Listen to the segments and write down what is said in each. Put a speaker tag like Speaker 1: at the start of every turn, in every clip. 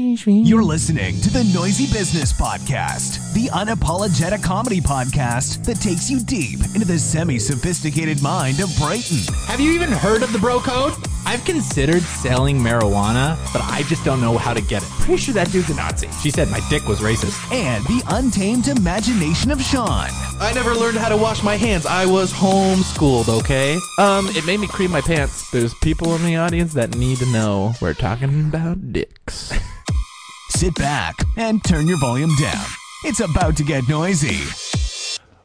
Speaker 1: You're listening to the Noisy Business Podcast, the unapologetic comedy podcast that takes you deep into the semi sophisticated mind of Brighton.
Speaker 2: Have you even heard of the bro code? I've considered selling marijuana, but I just don't know how to get it. Pretty sure that dude's a Nazi. She said my dick was racist.
Speaker 1: And the untamed imagination of Sean.
Speaker 3: I never learned how to wash my hands. I was homeschooled, okay? Um, it made me cream my pants. There's people in the audience that need to know we're talking about dicks.
Speaker 1: Sit back and turn your volume down. It's about to get noisy.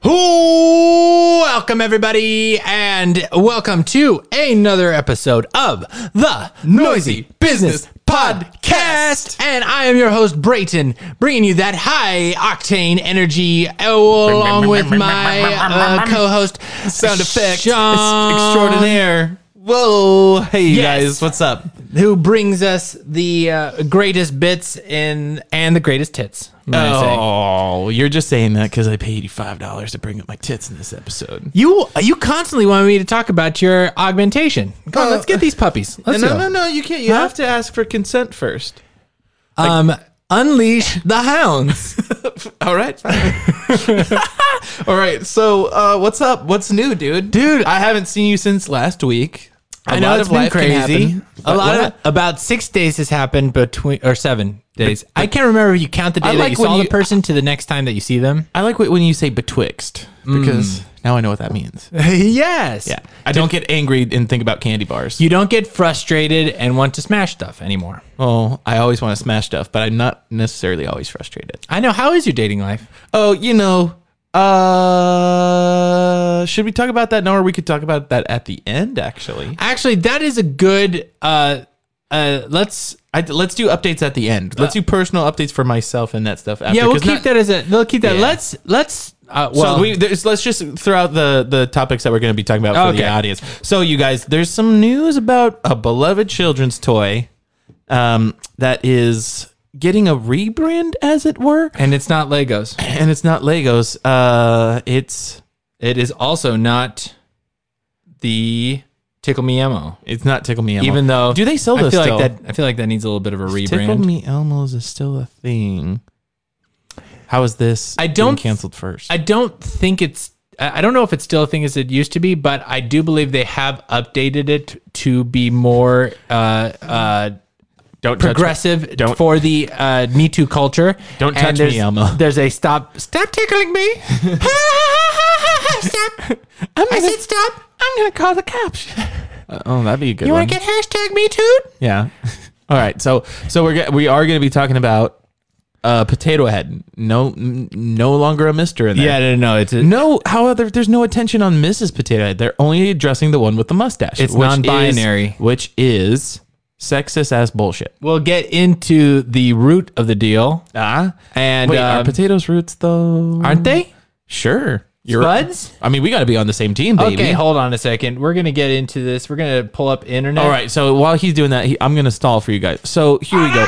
Speaker 2: Ooh, welcome everybody, and welcome to another episode of the Noisy Business Podcast. And I am your host Brayton, bringing you that high octane energy uh, along with my uh, co-host
Speaker 3: Sound effect.
Speaker 2: Sean.
Speaker 3: It's extraordinaire. Whoa. Hey, you
Speaker 2: Yes.
Speaker 3: guys, what's up?
Speaker 2: who brings us the uh, greatest bits in and the greatest hits. might I say.
Speaker 3: Oh, you're just saying that because I paid you $5 to bring up my tits in this episode.
Speaker 2: You you constantly want me to talk about your augmentation. Come on, let's get these puppies. Let's
Speaker 3: Uh, no,
Speaker 2: go.
Speaker 3: no, no, you can't. You
Speaker 2: Huh?
Speaker 3: have to ask for consent first.
Speaker 2: Um, unleash the hounds.
Speaker 3: All right. fine. All right. So, uh, what's up? What's new, dude?
Speaker 2: Dude.
Speaker 3: I haven't seen you since last week. A
Speaker 2: I know
Speaker 3: lot
Speaker 2: it's
Speaker 3: of
Speaker 2: been
Speaker 3: life can
Speaker 2: crazy.
Speaker 3: happen.
Speaker 2: A
Speaker 3: What-
Speaker 2: lot
Speaker 3: what?
Speaker 2: of about six days has happened between or seven days. I can't remember. if You count the day
Speaker 3: I
Speaker 2: that
Speaker 3: like
Speaker 2: you
Speaker 3: when
Speaker 2: saw the
Speaker 3: you-
Speaker 2: person to the next time that you see them.
Speaker 3: I like wh- when you say betwixt because
Speaker 2: Mm.
Speaker 3: now I know what that means.
Speaker 2: yes.
Speaker 3: Yeah. I don't get angry and think about candy bars.
Speaker 2: You don't get frustrated and want to smash stuff anymore.
Speaker 3: oh, I always want to smash stuff, but I'm not necessarily always frustrated.
Speaker 2: I know. How is your dating life?
Speaker 3: Oh, you know, uh, should we talk about that now or we could talk about that at the end, actually?
Speaker 2: Actually, that is a good. Uh, uh, let's.
Speaker 3: I, let's do updates at the end. Let's do personal updates for myself and that stuff. After,
Speaker 2: Yeah, we'll
Speaker 3: 'cause
Speaker 2: keep
Speaker 3: not-
Speaker 2: that as a. We'll keep that.
Speaker 3: Yeah.
Speaker 2: Let's. Let's. Uh, well,
Speaker 3: so we, there's, let's just throw out the, the topics that we're going to be talking about for
Speaker 2: Okay.
Speaker 3: the audience. So, you guys, there's some news about a beloved children's toy um, that is getting a rebrand, as it were,
Speaker 2: and it's not Legos.
Speaker 3: and it's not Legos. Uh, it's
Speaker 2: It is also not the Tickle Me Elmo.
Speaker 3: it's not Tickle Me Elmo.
Speaker 2: Even though
Speaker 3: do they sell
Speaker 2: I
Speaker 3: those?
Speaker 2: feel
Speaker 3: still?
Speaker 2: like that. I feel like that needs a little bit of a
Speaker 3: Tickle
Speaker 2: rebrand.
Speaker 3: Me Elmos is still a thing. How is this?
Speaker 2: I
Speaker 3: being
Speaker 2: don't-
Speaker 3: canceled first.
Speaker 2: I don't think it's. I I don't know if it's still a thing as it used to be, but I do believe they have updated it to be more uh, uh,
Speaker 3: don't touch me.
Speaker 2: progressive
Speaker 3: Don't-
Speaker 2: for the uh, Me Too culture.
Speaker 3: Don't touch me,
Speaker 2: there's,
Speaker 3: Elmo.
Speaker 2: There's a stop. Stop tickling me. stop. I said stop. I'm gonna call the cops.
Speaker 3: Oh, that'd be a good.
Speaker 2: You
Speaker 3: one.
Speaker 2: want to get hashtag Me Too?
Speaker 3: Yeah. All right. So so we're ge- we are going to be talking about uh potato head. No n- no longer a mister in there.
Speaker 2: no, no. It's a,
Speaker 3: No, however, there's no attention on Mrs. Potato Head. They're only addressing the one with the mustache.
Speaker 2: It's
Speaker 3: which
Speaker 2: non-binary.
Speaker 3: is- which is sexist ass bullshit.
Speaker 2: we'll get into the root of the deal,
Speaker 3: Ah,
Speaker 2: and
Speaker 3: wait,
Speaker 2: um,
Speaker 3: are potatoes roots though?
Speaker 2: aren't they?
Speaker 3: Sure. You're
Speaker 2: Buds?
Speaker 3: I mean, we got to be on the same team, baby.
Speaker 2: Okay, hold on a second. We're gonna get into this. We're gonna pull up internet.
Speaker 3: All right. So while he's doing that, he, I'm going to stall for you guys. So here we go.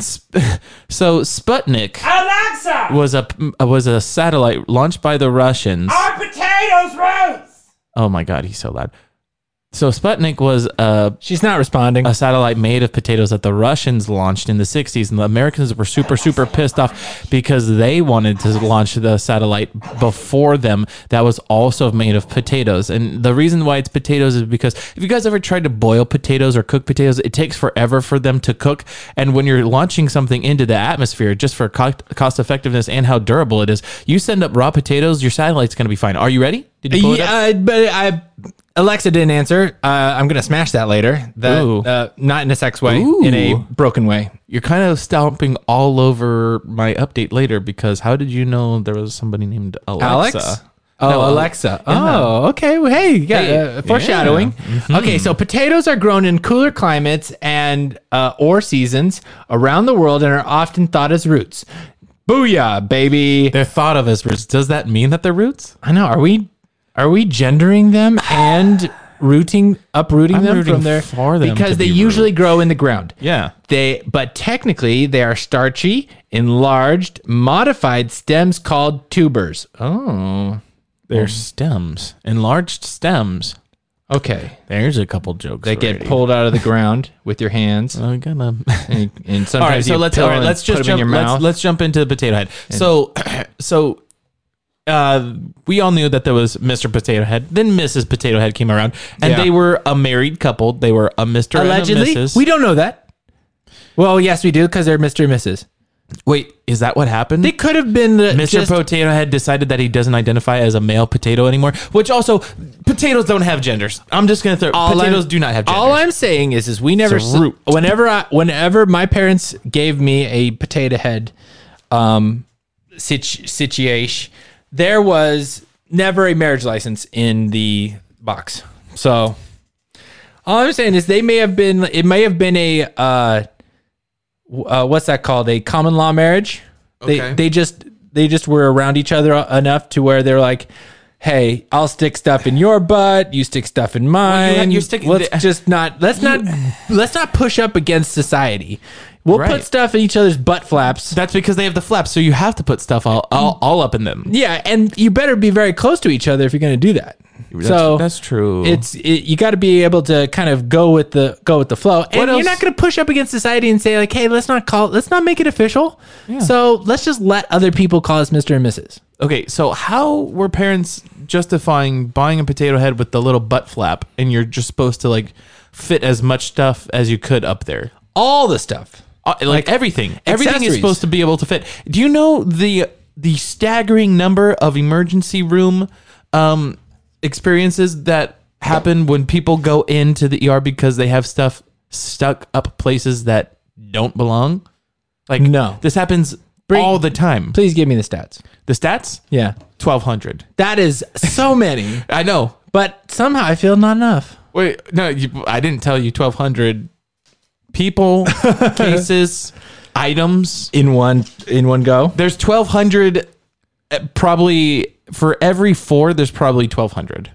Speaker 3: Sp- So Sputnik
Speaker 4: Alexa,
Speaker 3: was a was a satellite launched by the Russians.
Speaker 4: are potatoes roast?
Speaker 3: Oh my god, he's so loud. So Sputnik was a
Speaker 2: She's not responding.
Speaker 3: a satellite made of potatoes that the Russians launched in the 60s and the Americans were super super pissed off because they wanted to launch the satellite before them that was also made of potatoes. And the reason why it's potatoes is because if you guys ever tried to boil potatoes or cook potatoes, it takes forever for them to cook and when you're launching something into the atmosphere just for co- cost effectiveness and how durable it is, you send up raw potatoes, your satellite's going to be fine. Are you ready? Did you pull it up?
Speaker 2: Yeah, but I Alexa didn't answer. Uh, I'm gonna smash that later. That
Speaker 3: Ooh.
Speaker 2: uh, not in a sex way, in a
Speaker 3: Ooh.
Speaker 2: broken way.
Speaker 3: you're kind of stomping all over my update later because how did you know there was somebody named Alexa?
Speaker 2: Alex? Oh,
Speaker 3: No,
Speaker 2: Alexa. Oh, okay. Well, hey, Mm-hmm. you got,
Speaker 3: Hey,
Speaker 2: uh, foreshadowing. Okay, so potatoes are grown in cooler climates and uh, or seasons around the world and are often thought as roots. Booyah, baby!
Speaker 3: They're thought of as roots. Does that mean that they're roots?
Speaker 2: I know. Are we are we gendering them and rooting uprooting
Speaker 3: I'm
Speaker 2: them
Speaker 3: rooting
Speaker 2: from their
Speaker 3: for them
Speaker 2: because
Speaker 3: to
Speaker 2: they
Speaker 3: be
Speaker 2: usually grow in the ground.
Speaker 3: Yeah.
Speaker 2: They but technically they are starchy, enlarged, modified stems called tubers. Oh.
Speaker 3: They're stems, enlarged stems.
Speaker 2: Okay.
Speaker 3: There's a couple jokes.
Speaker 2: They get pulled out of the ground with your hands,
Speaker 3: I'm gonna.
Speaker 2: and, and sometimes
Speaker 3: Uh-huh. all right, so
Speaker 2: you
Speaker 3: let's
Speaker 2: pill
Speaker 3: all right,
Speaker 2: and
Speaker 3: let's just
Speaker 2: put 'em
Speaker 3: jump.
Speaker 2: in your mouth.
Speaker 3: Let's, let's jump into the potato head. So, so uh, we all knew that there was Mr. Potato Head. Then Mrs. Potato Head came around, and
Speaker 2: Yeah.
Speaker 3: they were a married couple. They were a Mr.
Speaker 2: Allegedly,
Speaker 3: and a Mrs.
Speaker 2: we don't know that. Well, yes, we do because they're Mr. and Mrs.
Speaker 3: wait. Is that what happened?
Speaker 2: They could have been the
Speaker 3: Mr.
Speaker 2: just-
Speaker 3: Potato Head decided that he doesn't identify as a male potato anymore, which also potatoes don't have genders. I'm just gonna throw
Speaker 2: all
Speaker 3: potatoes
Speaker 2: I'm-
Speaker 3: do not have genders.
Speaker 2: All I'm saying is, is we never,
Speaker 3: It's a
Speaker 2: s-
Speaker 3: root.
Speaker 2: whenever I, whenever my parents gave me a potato head, um, situ- situation, there was never a marriage license in the box. So all I'm saying is, they may have been, it may have been a, uh, w- uh what's that called? A common law marriage. They,
Speaker 3: Okay.
Speaker 2: they just, they just were around each other enough to where they're like. Hey, I'll stick stuff in your butt. You stick stuff in mine
Speaker 3: Well, you're-
Speaker 2: and
Speaker 3: you're sticking-
Speaker 2: let's
Speaker 3: the-
Speaker 2: just not let's not let's not push up against society. We'll
Speaker 3: Right.
Speaker 2: put stuff in each other's butt flaps.
Speaker 3: That's because they have the flaps, so you have to put stuff all all, all up in them.
Speaker 2: Mm. yeah, and you better be very close to each other if you're going to do that. so
Speaker 3: that's true.
Speaker 2: It's it, you got to be able to kind of go with the go with the flow, and you're
Speaker 3: else?
Speaker 2: not going to push up against society and say like, "Hey, let's not call, let's not make it official." So let's just let other people call us Mister and Mrs.
Speaker 3: Okay, so how were parents justifying buying a potato head with the little butt flap, and you're just supposed to like fit as much stuff as you could up there?
Speaker 2: All the stuff.
Speaker 3: Uh, like, everything, everything is
Speaker 2: accessories.
Speaker 3: supposed to be able to fit. Do you know the the staggering number of emergency room um, experiences that happen when people go into the ER because they have stuff stuck up places that don't belong? Like
Speaker 2: No.
Speaker 3: this happens all the time.
Speaker 2: Please give me the stats.
Speaker 3: The stats,
Speaker 2: Yeah,
Speaker 3: twelve hundred.
Speaker 2: that is so many,
Speaker 3: I know.
Speaker 2: but somehow I feel not enough.
Speaker 3: Wait, no, you, I didn't tell you 1,200 people, cases, items.
Speaker 2: in one in one go.
Speaker 3: There's 1,200, uh, probably for every four, there's probably 1,200.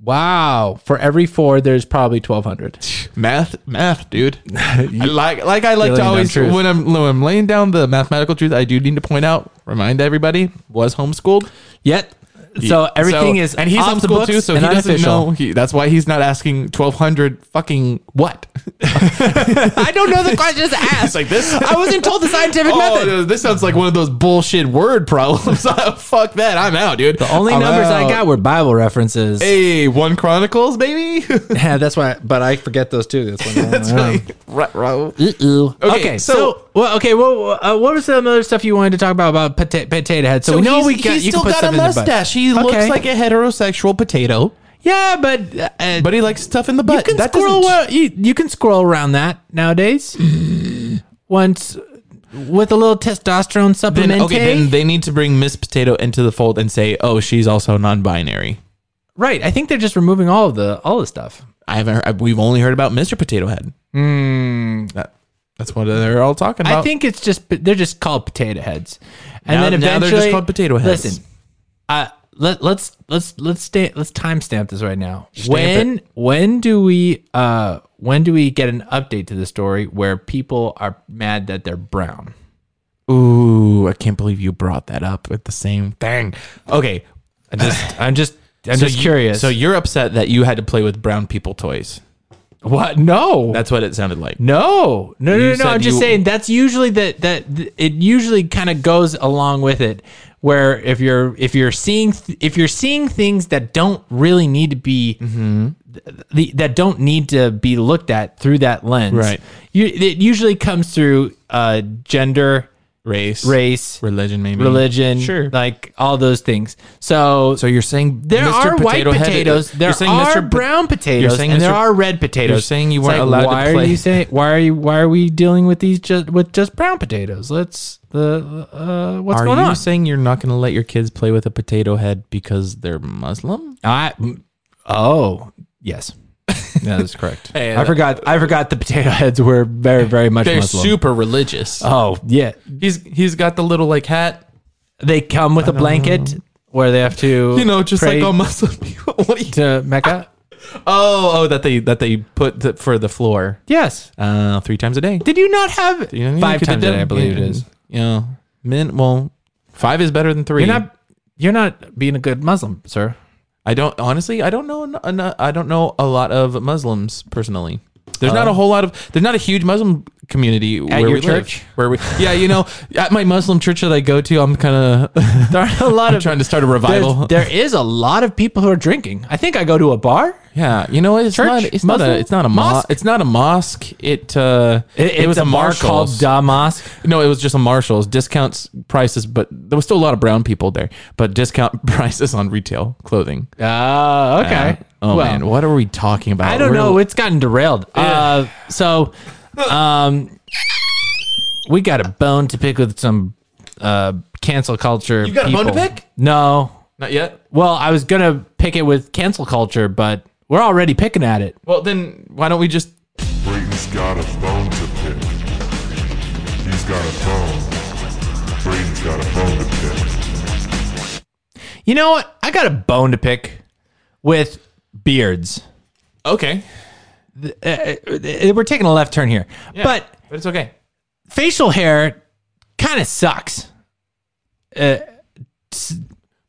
Speaker 2: Wow! For every four, there's probably twelve hundred.
Speaker 3: Math, math, dude. I like, like I like to
Speaker 2: You're laying down
Speaker 3: always
Speaker 2: truth.
Speaker 3: when I'm when I'm laying down the mathematical truth. I do need to point out, remind everybody, was homeschooled.
Speaker 2: Yet, so everything
Speaker 3: So-
Speaker 2: is
Speaker 3: and he's
Speaker 2: off the
Speaker 3: homeschooled
Speaker 2: books
Speaker 3: too, so he
Speaker 2: and
Speaker 3: doesn't
Speaker 2: unofficial.
Speaker 3: know. He, that's why he's not asking 1,200 fucking what.
Speaker 2: I don't know the questions asked.
Speaker 3: like this.
Speaker 2: I wasn't told the scientific
Speaker 3: Oh,
Speaker 2: method.
Speaker 3: dude, this sounds like one of those bullshit word problems. Fuck that. I'm out, dude. The
Speaker 2: Only numbers I got were Bible references.
Speaker 3: Oh, Hey, one Chronicles, baby.
Speaker 2: Yeah, that's why. But I forget those too. That's, that's right.
Speaker 3: right, bro.
Speaker 2: Uh-oh.
Speaker 3: Okay,
Speaker 2: Okay,
Speaker 3: so-
Speaker 2: so, well, okay, well, uh, what was some other stuff you wanted to talk about about pota- potato head? So, we know we got, you can put stuff in the butt.
Speaker 3: He
Speaker 2: Okay.
Speaker 3: looks like a heterosexual potato,
Speaker 2: Yeah, but uh,
Speaker 3: but he likes stuff in the butt.
Speaker 2: you can scroll around, you, you can scroll around that nowadays. Once with a little testosterone supplement,
Speaker 3: Then, okay, then they need to bring Miss Potato into the fold and say, "Oh, she's also non-binary."
Speaker 2: right? I think they're just removing all of the all the stuff.
Speaker 3: I haven't. Heard, I- we've only heard about Mr. Potato Head. Hmm, That- that's what they're all talking about.
Speaker 2: I think it's just they're just called potato heads, and
Speaker 3: Now-
Speaker 2: then
Speaker 3: now they're
Speaker 2: eventually
Speaker 3: just called potato heads.
Speaker 2: Listen, uh, let let's let's let's stay let's timestamp this right now.
Speaker 3: Stamp
Speaker 2: when when do we uh when do we get an update to the story where people are mad that they're brown?
Speaker 3: Ooh, I can't believe you brought that up with the same thing. Okay,
Speaker 2: I just I'm just I'm
Speaker 3: so
Speaker 2: just
Speaker 3: you-
Speaker 2: curious.
Speaker 3: So you're upset that you had to play with brown people toys.
Speaker 2: what? No,
Speaker 3: That's what it sounded like.
Speaker 2: No, no,
Speaker 3: You
Speaker 2: no, no,
Speaker 3: said
Speaker 2: no. I'm just
Speaker 3: you-
Speaker 2: saying that's usually that that it usually kind of goes along with it, where if you're if you're seeing th- if you're seeing things that don't really need to be
Speaker 3: Mm-hmm.
Speaker 2: th- the, that don't need to be looked at through that lens,
Speaker 3: Right.
Speaker 2: You, it usually comes through uh, gender,
Speaker 3: Race,
Speaker 2: race,
Speaker 3: religion, maybe
Speaker 2: religion,
Speaker 3: Sure.
Speaker 2: like all those things. So,
Speaker 3: so you're saying
Speaker 2: there
Speaker 3: Mr.
Speaker 2: are white
Speaker 3: Potato Head-
Speaker 2: potatoes. There
Speaker 3: you're saying
Speaker 2: are
Speaker 3: Mr. Po-
Speaker 2: brown potatoes.
Speaker 3: You're saying
Speaker 2: and there
Speaker 3: Mr.
Speaker 2: are red potatoes.
Speaker 3: You're saying you
Speaker 2: It's
Speaker 3: weren't allowed to
Speaker 2: why
Speaker 3: play-
Speaker 2: Are you saying, why are you? Why are we dealing with these just with just brown potatoes? Let's the uh, what's
Speaker 3: Are
Speaker 2: going
Speaker 3: you
Speaker 2: on?
Speaker 3: saying you're not going to let your kids play with a potato head because they're Muslim?
Speaker 2: I oh yes, that is correct.
Speaker 3: Hey,
Speaker 2: I
Speaker 3: that-
Speaker 2: forgot. I forgot the potato heads were very very much Muslim.
Speaker 3: super religious.
Speaker 2: oh yeah,
Speaker 3: he's he's got the little like hat,
Speaker 2: they come with a blanket where they have to
Speaker 3: you know, just
Speaker 2: pray
Speaker 3: like all Muslim people. what do you?
Speaker 2: to Mecca.
Speaker 3: Oh, oh, that they that they put th- for the floor
Speaker 2: Yes.
Speaker 3: uh, three times a day.
Speaker 2: Did you not have
Speaker 3: You know,
Speaker 2: five
Speaker 3: you could
Speaker 2: times
Speaker 3: do-
Speaker 2: a day? I believe it
Speaker 3: yeah,
Speaker 2: is.
Speaker 3: Yeah, men. Well, five is better than 3
Speaker 2: You're not you're not being a good Muslim, sir.
Speaker 3: I don't honestly. I don't know. en- en- I don't know a lot of Muslims personally. There's not a whole lot of. There's not a huge Muslim community at
Speaker 2: Oh. your
Speaker 3: we
Speaker 2: church?
Speaker 3: Live, where we, yeah, you know, at my Muslim church that I go to, I'm kind of
Speaker 2: There are a lot of
Speaker 3: trying to start a revival.
Speaker 2: There's- there is a lot of people who are drinking. I think I go to a bar.
Speaker 3: yeah, you know, it's
Speaker 2: Church?
Speaker 3: not. It's not a.
Speaker 2: Muslim?
Speaker 3: It's not a mo-
Speaker 2: Mosque?
Speaker 3: It's not a mosque. It. Uh, it, was a,
Speaker 2: bar
Speaker 3: Marshall's.
Speaker 2: called Da Mosque.
Speaker 3: No, it was just a Marshalls discounts prices, but there was still a lot of brown people there. But discount prices on retail clothing.
Speaker 2: Oh, okay.
Speaker 3: Uh, oh
Speaker 2: Well,
Speaker 3: man, what are we talking about?
Speaker 2: I don't
Speaker 3: We're-
Speaker 2: know. It's gotten derailed. Uh, so, um, we got a bone to pick with some uh, cancel culture. You
Speaker 3: got a bone to pick?
Speaker 2: No.
Speaker 3: Not yet.
Speaker 2: Well, I was gonna pick it with cancel culture, but we're already picking at it.
Speaker 3: Well, then why don't we just?
Speaker 5: Brayden's got a bone to pick. He's got a bone. Brayden's got a bone to pick.
Speaker 2: You know what? I got a bone to pick with beards.
Speaker 3: Okay,
Speaker 2: Uh, uh, uh, we're taking a left turn here, but
Speaker 3: but it's okay.
Speaker 2: facial hair kind of sucks.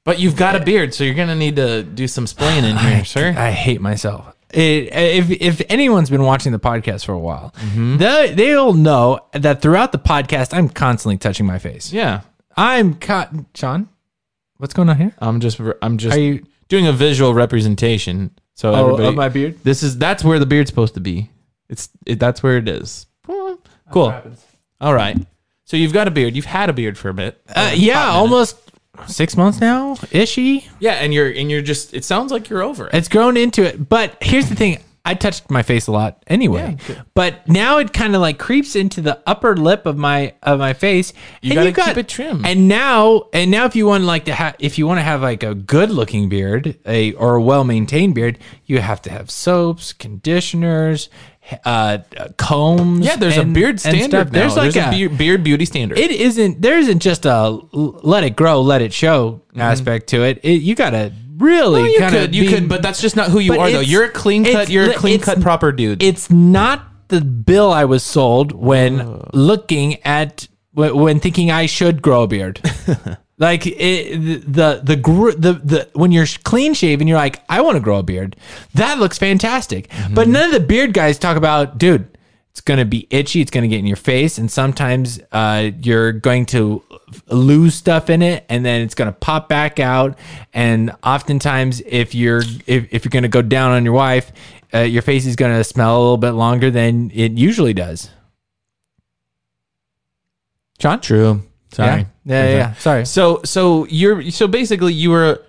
Speaker 3: But you've got a beard, so you're gonna need to do some splaining here, sir.
Speaker 2: I hate myself. It, if if anyone's been watching the podcast for a while, they they'll know that throughout the podcast, I'm constantly touching my face.
Speaker 3: Yeah,
Speaker 2: I'm cotton. Sean, what's going on here?
Speaker 3: I'm just I'm just
Speaker 2: Are you-
Speaker 3: doing a visual representation. So
Speaker 2: Oh,
Speaker 3: everybody,
Speaker 2: of my beard?
Speaker 3: This is that's where the beard's supposed to be. It's it, that's where it is. Cool. All right. So you've got a beard. You've had a beard for a bit.
Speaker 2: Uh, yeah, almost six months now, ishy.
Speaker 3: Yeah, and you're and you're just. It sounds like you're over it.
Speaker 2: It's grown into it. But here's the thing. I touched my face a lot anyway.
Speaker 3: Yeah, good.
Speaker 2: but now it kind of like creeps into the upper lip of my of my face. You
Speaker 3: gotta keep it trim.
Speaker 2: And now and now if you want like to have if you want to have like a good looking beard, a or a well maintained beard, you have to have soaps, conditioners, uh, combs.
Speaker 3: Yeah, there's
Speaker 2: and-
Speaker 3: a beard
Speaker 2: and
Speaker 3: standard.
Speaker 2: stuff.
Speaker 3: now.
Speaker 2: There's like a,
Speaker 3: beard, beard beauty standard.
Speaker 2: it isn't there isn't just a l- let it grow, let it show aspect to it. it you gotta really
Speaker 3: Mm-hmm. Well, you
Speaker 2: kinda
Speaker 3: could, you
Speaker 2: be-
Speaker 3: could, but that's just not who you
Speaker 2: but
Speaker 3: are, though.
Speaker 2: it's-
Speaker 3: You're a clean cut.
Speaker 2: it's
Speaker 3: You're a
Speaker 2: li-
Speaker 3: clean
Speaker 2: it's-
Speaker 3: cut, proper dude.
Speaker 2: it's not the bill I was sold when looking at when, when thinking I should grow a beard. like it, the the gr- the the when you're clean shaven, you're like, I want to grow a beard. That looks fantastic. But none of the beard guys talk about, dude. It's gonna be itchy. It's gonna get in your face, and sometimes uh, you're going to lose stuff in it, and then it's gonna pop back out. And oftentimes, if you're if, if you're gonna go down on your wife, uh, your face is going to smell a little bit longer than it usually does. John?
Speaker 3: true. Sorry.
Speaker 2: Yeah, yeah, yeah, yeah. Sorry.
Speaker 3: So, so you're so basically you were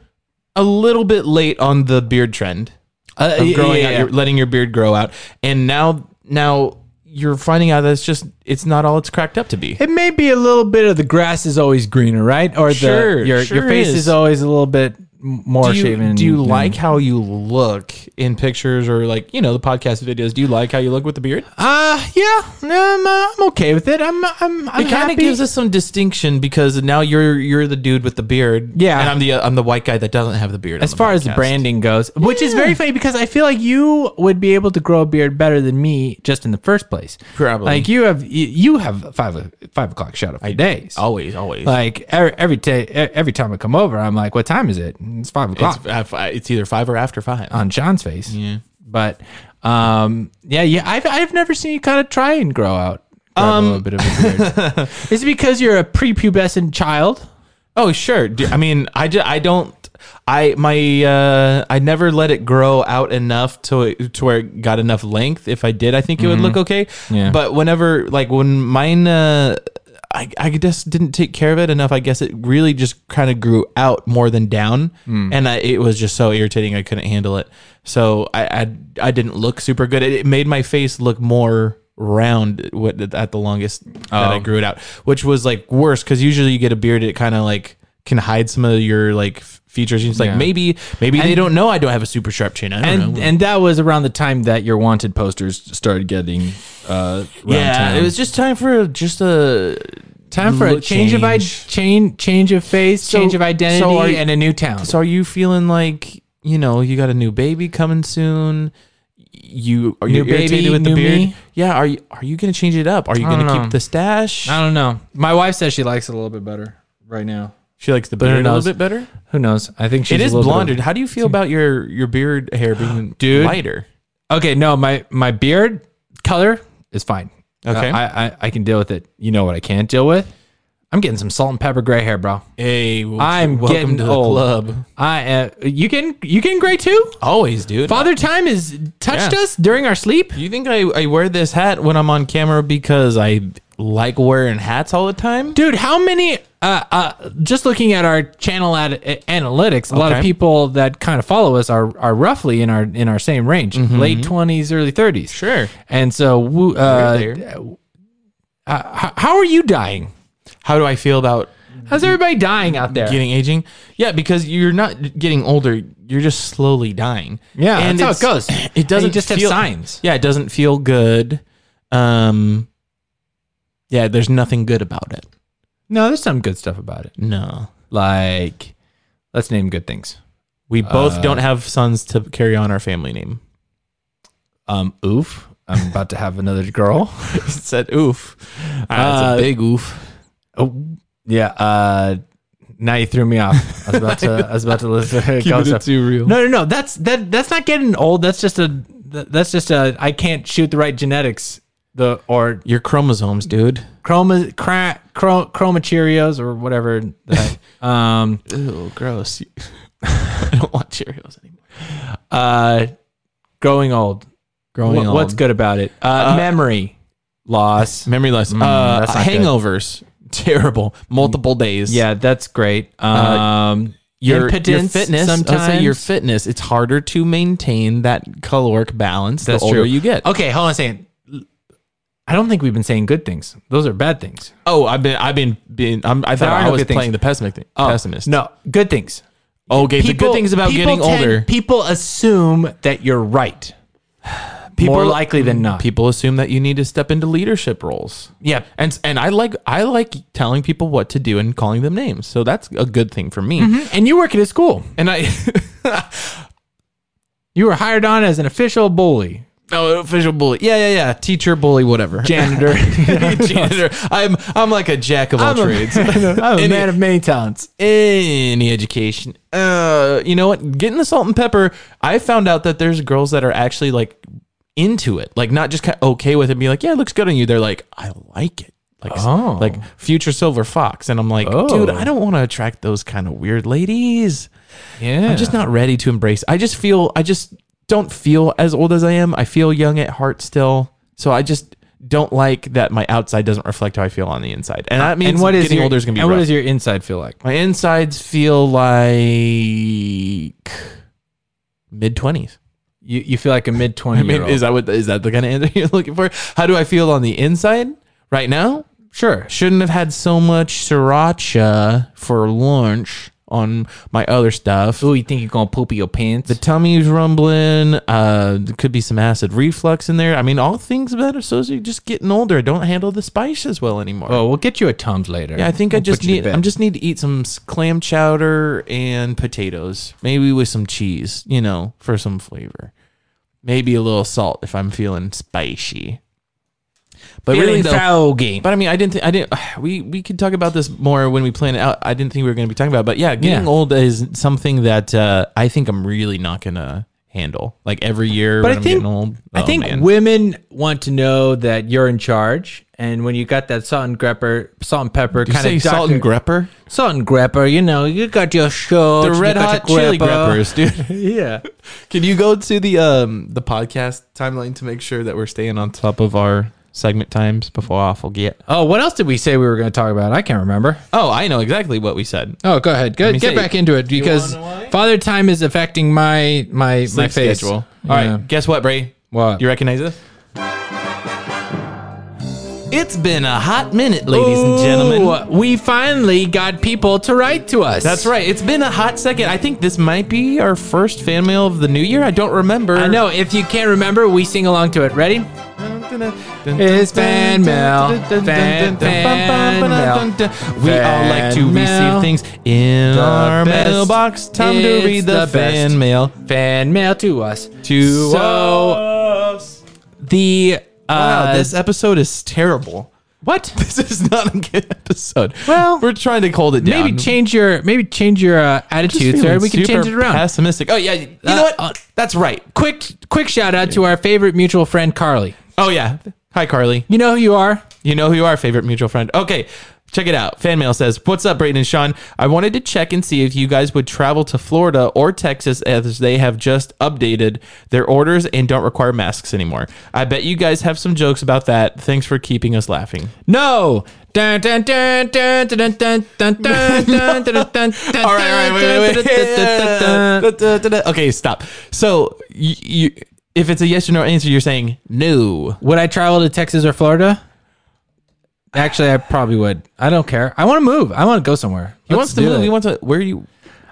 Speaker 3: a little bit late on the beard trend
Speaker 2: Uh,
Speaker 3: of growing
Speaker 2: yeah,
Speaker 3: out,
Speaker 2: yeah.
Speaker 3: your, letting your beard grow out, and now now you're finding out that it's just it's not all it's cracked up to be.
Speaker 2: it may be a little bit of the grass is always greener, right? Or the
Speaker 3: Sure,
Speaker 2: your
Speaker 3: sure
Speaker 2: your face
Speaker 3: is.
Speaker 2: is. always a little bit m- more
Speaker 3: Do you,
Speaker 2: shaven.
Speaker 3: do you
Speaker 2: than-
Speaker 3: like how you look in pictures or like you know the podcast videos? Do you like how you look with the beard?
Speaker 2: Uh yeah, no, I'm, uh, I'm okay with it. I'm I'm I'm
Speaker 3: it kind
Speaker 2: happy.
Speaker 3: of gives us some distinction because now you're you're the dude with the beard,
Speaker 2: Yeah.
Speaker 3: and I'm the I'm the white guy that doesn't have the beard.
Speaker 2: as far as the branding goes, which is very funny because I feel like you would be able to grow a beard better than me just in the first place.
Speaker 3: Probably.
Speaker 2: like you have you, you have five uh, five o'clock shot of days.
Speaker 3: always, always.
Speaker 2: Like every every, ta- e, every time I come over, I'm like, "What time is it?" And it's five o'clock
Speaker 3: it's, af- it's either five or after five.
Speaker 2: on John's face. Yeah, but um, yeah, yeah. I've I've never seen you kind of try and grow out. grow out a little bit of a beard. is it because you're a prepubescent child?
Speaker 3: oh sure. Do- I mean, I just I don't. I my uh, I never let it grow out enough to it- to where it got enough length. If I did, I think it would look okay.
Speaker 2: Yeah.
Speaker 3: But whenever like when mine, uh, I I just didn't take care of it enough. I guess it really just kind of grew out more than down, and I, it was just so irritating. I couldn't handle it. So I I, I didn't look super good. It, it made my face look more round what- at the longest that I grew it out, which was like worse because usually you get a beard, it kind of like can hide some of your like f- features. It's like
Speaker 2: Yeah.
Speaker 3: maybe maybe they don't know I don't have a super sharp chin. I don't
Speaker 2: And
Speaker 3: know.
Speaker 2: and that was around the time that your wanted posters started getting uh,
Speaker 3: yeah,
Speaker 2: round
Speaker 3: it
Speaker 2: town.
Speaker 3: was just time for just a
Speaker 2: time for a
Speaker 3: look
Speaker 2: change, of I-
Speaker 3: change.
Speaker 2: change change of face, change of identity,
Speaker 3: so are you-
Speaker 2: and a new town.
Speaker 3: So are you feeling like you know you got a new baby coming soon? You are you
Speaker 2: New
Speaker 3: irritated
Speaker 2: baby,
Speaker 3: with the
Speaker 2: new
Speaker 3: beard?
Speaker 2: me?
Speaker 3: Yeah. Are you are you gonna change it up? Are you
Speaker 2: I don't
Speaker 3: gonna
Speaker 2: know.
Speaker 3: keep the stash?
Speaker 2: I don't know. My wife says she likes it a little bit better right now.
Speaker 3: She likes the beard a
Speaker 2: nose.
Speaker 3: little bit better.
Speaker 2: Who knows? I think she's
Speaker 3: It
Speaker 2: a
Speaker 3: is
Speaker 2: little bit of-
Speaker 3: blonder. How do you feel about your your beard hair being
Speaker 2: Dude.
Speaker 3: lighter?
Speaker 2: Okay, no, my my beard color is fine.
Speaker 3: Okay.
Speaker 2: Uh, I, I I can deal with it. You know what I can't deal with? I'm getting some salt and pepper gray hair, bro.
Speaker 3: Hey, well,
Speaker 2: I'm
Speaker 3: welcome
Speaker 2: getting
Speaker 3: to the
Speaker 2: old.
Speaker 3: club.
Speaker 2: I am. You getting you getting gray too?
Speaker 3: Always, dude.
Speaker 2: Father time has touched
Speaker 3: Yeah.
Speaker 2: us during our sleep.
Speaker 3: you think I, I wear this hat when I'm on camera because I like wearing hats all the time?
Speaker 2: dude how many uh, uh, just looking at our channel ad- analytics a lot of
Speaker 3: Okay.
Speaker 2: people that kind of follow us are are roughly in our in our same range late 20s early 30s
Speaker 3: Mm-hmm. Sure.
Speaker 2: and so wo- uh,
Speaker 3: We're
Speaker 2: uh, h- how are you dying
Speaker 3: How do I feel about
Speaker 2: how's everybody dying out there
Speaker 3: getting aging? Yeah, because you're not getting older. You're just slowly dying.
Speaker 2: Yeah, that's how it
Speaker 3: it's-
Speaker 2: goes. And you
Speaker 3: It doesn't
Speaker 2: just have
Speaker 3: feel-
Speaker 2: signs.
Speaker 3: Yeah, it doesn't feel good. Um, yeah, there's nothing good about it.
Speaker 2: no there's some good stuff about it
Speaker 3: No,
Speaker 2: like let's name good things
Speaker 3: we both
Speaker 2: Uh.
Speaker 3: don't have sons to carry on our family name.
Speaker 2: um oof i'm about to have another girl
Speaker 3: it said oof. Ah,
Speaker 2: Uh,
Speaker 3: big oof.
Speaker 2: oh yeah uh now you threw me off. I was about to. I was about to listen. to
Speaker 3: Keeping
Speaker 2: go
Speaker 3: it
Speaker 2: stuff.
Speaker 3: too real.
Speaker 2: No, no, no. That's that. That's not getting old. That's just a. that- That's just a. I can't shoot the right genetics. The or
Speaker 3: Your chromosomes, dude.
Speaker 2: chroma cra, chroma, chroma Cheerios or whatever. the heck. um.
Speaker 3: Ew, gross. I don't want Cheerios anymore.
Speaker 2: Uh. Growing old.
Speaker 3: Growing
Speaker 2: What- What's good about it? Uh,
Speaker 3: Uh,
Speaker 2: memory loss.
Speaker 3: Memory loss. uh,
Speaker 2: Mm, that's not good.
Speaker 3: hangovers. Terrible. Multiple days.
Speaker 2: yeah, that's great. Um.
Speaker 3: Your, your
Speaker 2: impotence.
Speaker 3: fitness. Uh, Sometimes.
Speaker 2: Sometimes
Speaker 3: I'll say your fitness. It's harder to maintain that caloric balance
Speaker 2: That's
Speaker 3: the older
Speaker 2: true.
Speaker 3: you get.
Speaker 2: Okay, hold on a second. I don't think we've been saying good things. Those are bad things.
Speaker 3: Oh, I've been, I've been, been I'm, I thought
Speaker 2: are
Speaker 3: I
Speaker 2: no
Speaker 3: was
Speaker 2: good things. Oh,
Speaker 3: playing the pessimist. Thing, pessimist.
Speaker 2: No, good things.
Speaker 3: Okay. the good things about
Speaker 2: people
Speaker 3: getting
Speaker 2: tend-
Speaker 3: older.
Speaker 2: People assume that you're right.
Speaker 3: People-
Speaker 2: More likely than not.
Speaker 3: people assume that you need to step into leadership roles.
Speaker 2: yeah.
Speaker 3: And and I like I like telling people what to do and calling them names. So that's a good thing for me.
Speaker 2: And you work at a school.
Speaker 3: And I
Speaker 2: You were hired on as an official bully,
Speaker 3: oh official bully. Yeah, yeah, yeah. Teacher bully, whatever.
Speaker 2: janitor.
Speaker 3: Janitor. I'm I'm like a jack of all
Speaker 2: I'm a-
Speaker 3: trades.
Speaker 2: I'm a
Speaker 3: Any-
Speaker 2: man of many talents.
Speaker 3: any education. Uh, you know what? Getting the salt and pepper, I found out that there's girls that are actually like into it, like not just kind of okay with it, be like, yeah, it looks good on you. They're like, I like it. Like,
Speaker 2: Oh.
Speaker 3: like future silver fox, and I'm like,
Speaker 2: Oh.
Speaker 3: dude, I don't want to attract those kind of weird ladies.
Speaker 2: Yeah.
Speaker 3: I'm just not ready to embrace. I just feel, I just don't feel as old as I am. I feel young at heart still, so I just don't like that my outside doesn't reflect how I feel on the inside. And that means
Speaker 2: and what is
Speaker 3: getting
Speaker 2: your,
Speaker 3: older is gonna be.
Speaker 2: And what
Speaker 3: rough.
Speaker 2: does your inside feel like?
Speaker 3: My insides feel like mid twenties.
Speaker 2: You, you feel like a mid
Speaker 3: I
Speaker 2: 20
Speaker 3: mean,
Speaker 2: year old.
Speaker 3: is that what is that the kind of answer you're looking for? How do I feel on the inside right now?
Speaker 2: sure.
Speaker 3: Shouldn't have had so much sriracha for lunch on my other stuff.
Speaker 2: Oh, you think you're going to poop your pants?
Speaker 3: The tummy's rumbling. Uh, there could be some acid reflux in there. I mean, all things that are associated just getting older. I don't handle the spice as well anymore.
Speaker 2: oh, we'll get you a Tums later.
Speaker 3: Yeah, I think I
Speaker 2: We'll
Speaker 3: just
Speaker 2: put you to
Speaker 3: need
Speaker 2: bed.
Speaker 3: I just need to eat some s- clam chowder and potatoes, maybe with some cheese, you know, for some flavor. Maybe a little salt if I'm feeling spicy. But really though,
Speaker 2: foggy.
Speaker 3: but I mean, I didn't think I didn't uh, we we could talk about this more when we plan it out. I didn't think we were going to be talking about, it. but yeah, getting
Speaker 2: Yeah.
Speaker 3: old is something that uh, I think I'm really not going to handle. Like every year
Speaker 2: But
Speaker 3: when
Speaker 2: I
Speaker 3: I'm
Speaker 2: think
Speaker 3: getting old.
Speaker 2: I
Speaker 3: oh,
Speaker 2: think
Speaker 3: man.
Speaker 2: women want to know that you're in charge, and when you got that salt and pepper, salt and pepper
Speaker 3: Did you
Speaker 2: kind
Speaker 3: say
Speaker 2: of
Speaker 3: salt and
Speaker 2: doctor-
Speaker 3: grepper?
Speaker 2: salt and grepper, you know, you got your show,
Speaker 3: The red hot chili greppers, dude.
Speaker 2: yeah.
Speaker 3: Can you go to the um the podcast timeline to make sure that we're staying on top of our segment times before I forget?
Speaker 2: Oh, what else did we say we were going to talk about? I can't remember.
Speaker 3: Oh, I know exactly what we said.
Speaker 2: Oh, go ahead,
Speaker 3: me
Speaker 2: get, get
Speaker 3: see.
Speaker 2: back into it because
Speaker 3: wanna know why?
Speaker 2: father time is affecting my my my face.
Speaker 3: schedule.
Speaker 2: All right.
Speaker 3: All right, guess what, Bray?
Speaker 2: What?
Speaker 3: you recognize this? It's been a hot minute, ladies and gentlemen.
Speaker 2: Ooh, we finally got people to write to us.
Speaker 3: That's right. It's been a hot second. I think this might be our first fan mail of the new year. I don't remember.
Speaker 2: I know. If you can't remember, we sing along to it. Ready? It's fan mail. Fan- fan mail.
Speaker 3: We all like to
Speaker 2: Fan mail.
Speaker 3: receive things in
Speaker 2: The
Speaker 3: our
Speaker 2: best
Speaker 3: mailbox. Time to
Speaker 2: is
Speaker 3: read
Speaker 2: the
Speaker 3: the
Speaker 2: best.
Speaker 3: fan mail
Speaker 2: Fan mail to us.
Speaker 3: to
Speaker 2: so
Speaker 3: us.
Speaker 2: the uh,
Speaker 3: Wow, this episode is terrible.
Speaker 2: What?
Speaker 3: This is not a good episode.
Speaker 2: Well,
Speaker 3: we're trying to hold it down.
Speaker 2: Maybe change your maybe change your uh, attitude, sir.
Speaker 3: Feeling
Speaker 2: We can
Speaker 3: super
Speaker 2: change it around.
Speaker 3: Pessimistic. Oh yeah, you know
Speaker 2: Uh,
Speaker 3: what? That's right.
Speaker 2: quick quick shout out to our favorite mutual friend Carly.
Speaker 3: Oh yeah. Hi Carly.
Speaker 2: You know who you are.
Speaker 3: You know who you are, favorite mutual friend. Okay, check it out. Fan mail says, "What's up, Brayden and Sean? I wanted to check and see if you guys would travel to Florida or Texas as they have just updated their orders and don't require masks anymore. I bet you guys have some jokes about that. Thanks for keeping us laughing."
Speaker 2: No. Dun, dun, dun, dun, dun, dun, dun, dun, dun, dun, dun, dun, dun,
Speaker 3: all right, all right, wait, wait,
Speaker 2: dun, dun, dun, dun.
Speaker 3: wait. okay, stop. So you, you, if it's a yes or no answer, you're saying no.
Speaker 2: Would I travel to Texas or Florida? Actually, I probably would. I don't care. I want to move. I want to go somewhere.
Speaker 3: He wants to move. He wants to. Where are you?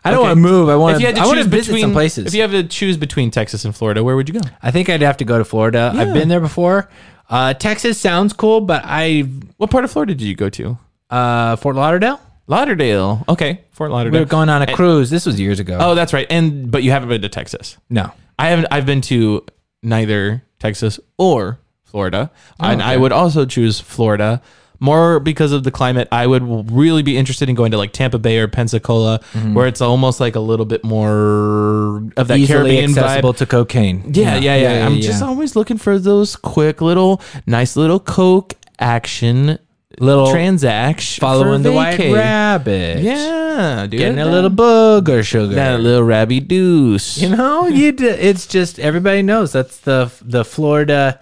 Speaker 2: I don't
Speaker 3: okay.
Speaker 2: want to move. I want
Speaker 3: If you
Speaker 2: to.
Speaker 3: had to
Speaker 2: I want
Speaker 3: choose
Speaker 2: to visit
Speaker 3: between
Speaker 2: some places.
Speaker 3: If you have to choose between Texas and Florida, where would you go?
Speaker 2: I think I'd have to go to Florida. I've been there before. Uh, Texas sounds cool, but I
Speaker 3: What part of Florida did you go to?
Speaker 2: uh, Fort Lauderdale.
Speaker 3: Lauderdale. Okay, Fort
Speaker 2: We
Speaker 3: Lauderdale.
Speaker 2: were going on a cruise. This was years ago.
Speaker 3: oh, that's right. And but you haven't been to Texas.
Speaker 2: no.
Speaker 3: I haven't. I've been to neither Texas or Florida, and I would also choose Florida more because of the climate. I would really be interested in going to like Tampa Bay or Pensacola, where it's almost like a little bit more of that
Speaker 2: Easily
Speaker 3: Caribbean
Speaker 2: accessible
Speaker 3: vibe.
Speaker 2: to cocaine.
Speaker 3: Yeah, yeah, yeah. I'm
Speaker 2: yeah.
Speaker 3: just always looking for those quick little, nice little Coke action
Speaker 2: Little
Speaker 3: transaction.
Speaker 2: following
Speaker 3: for
Speaker 2: the white
Speaker 3: vacay.
Speaker 2: rabbit.
Speaker 3: Yeah, dude.
Speaker 2: Getting a little booger sugar.
Speaker 3: that little rabby deuce.
Speaker 2: you know, you d- it's just everybody knows that's the the Florida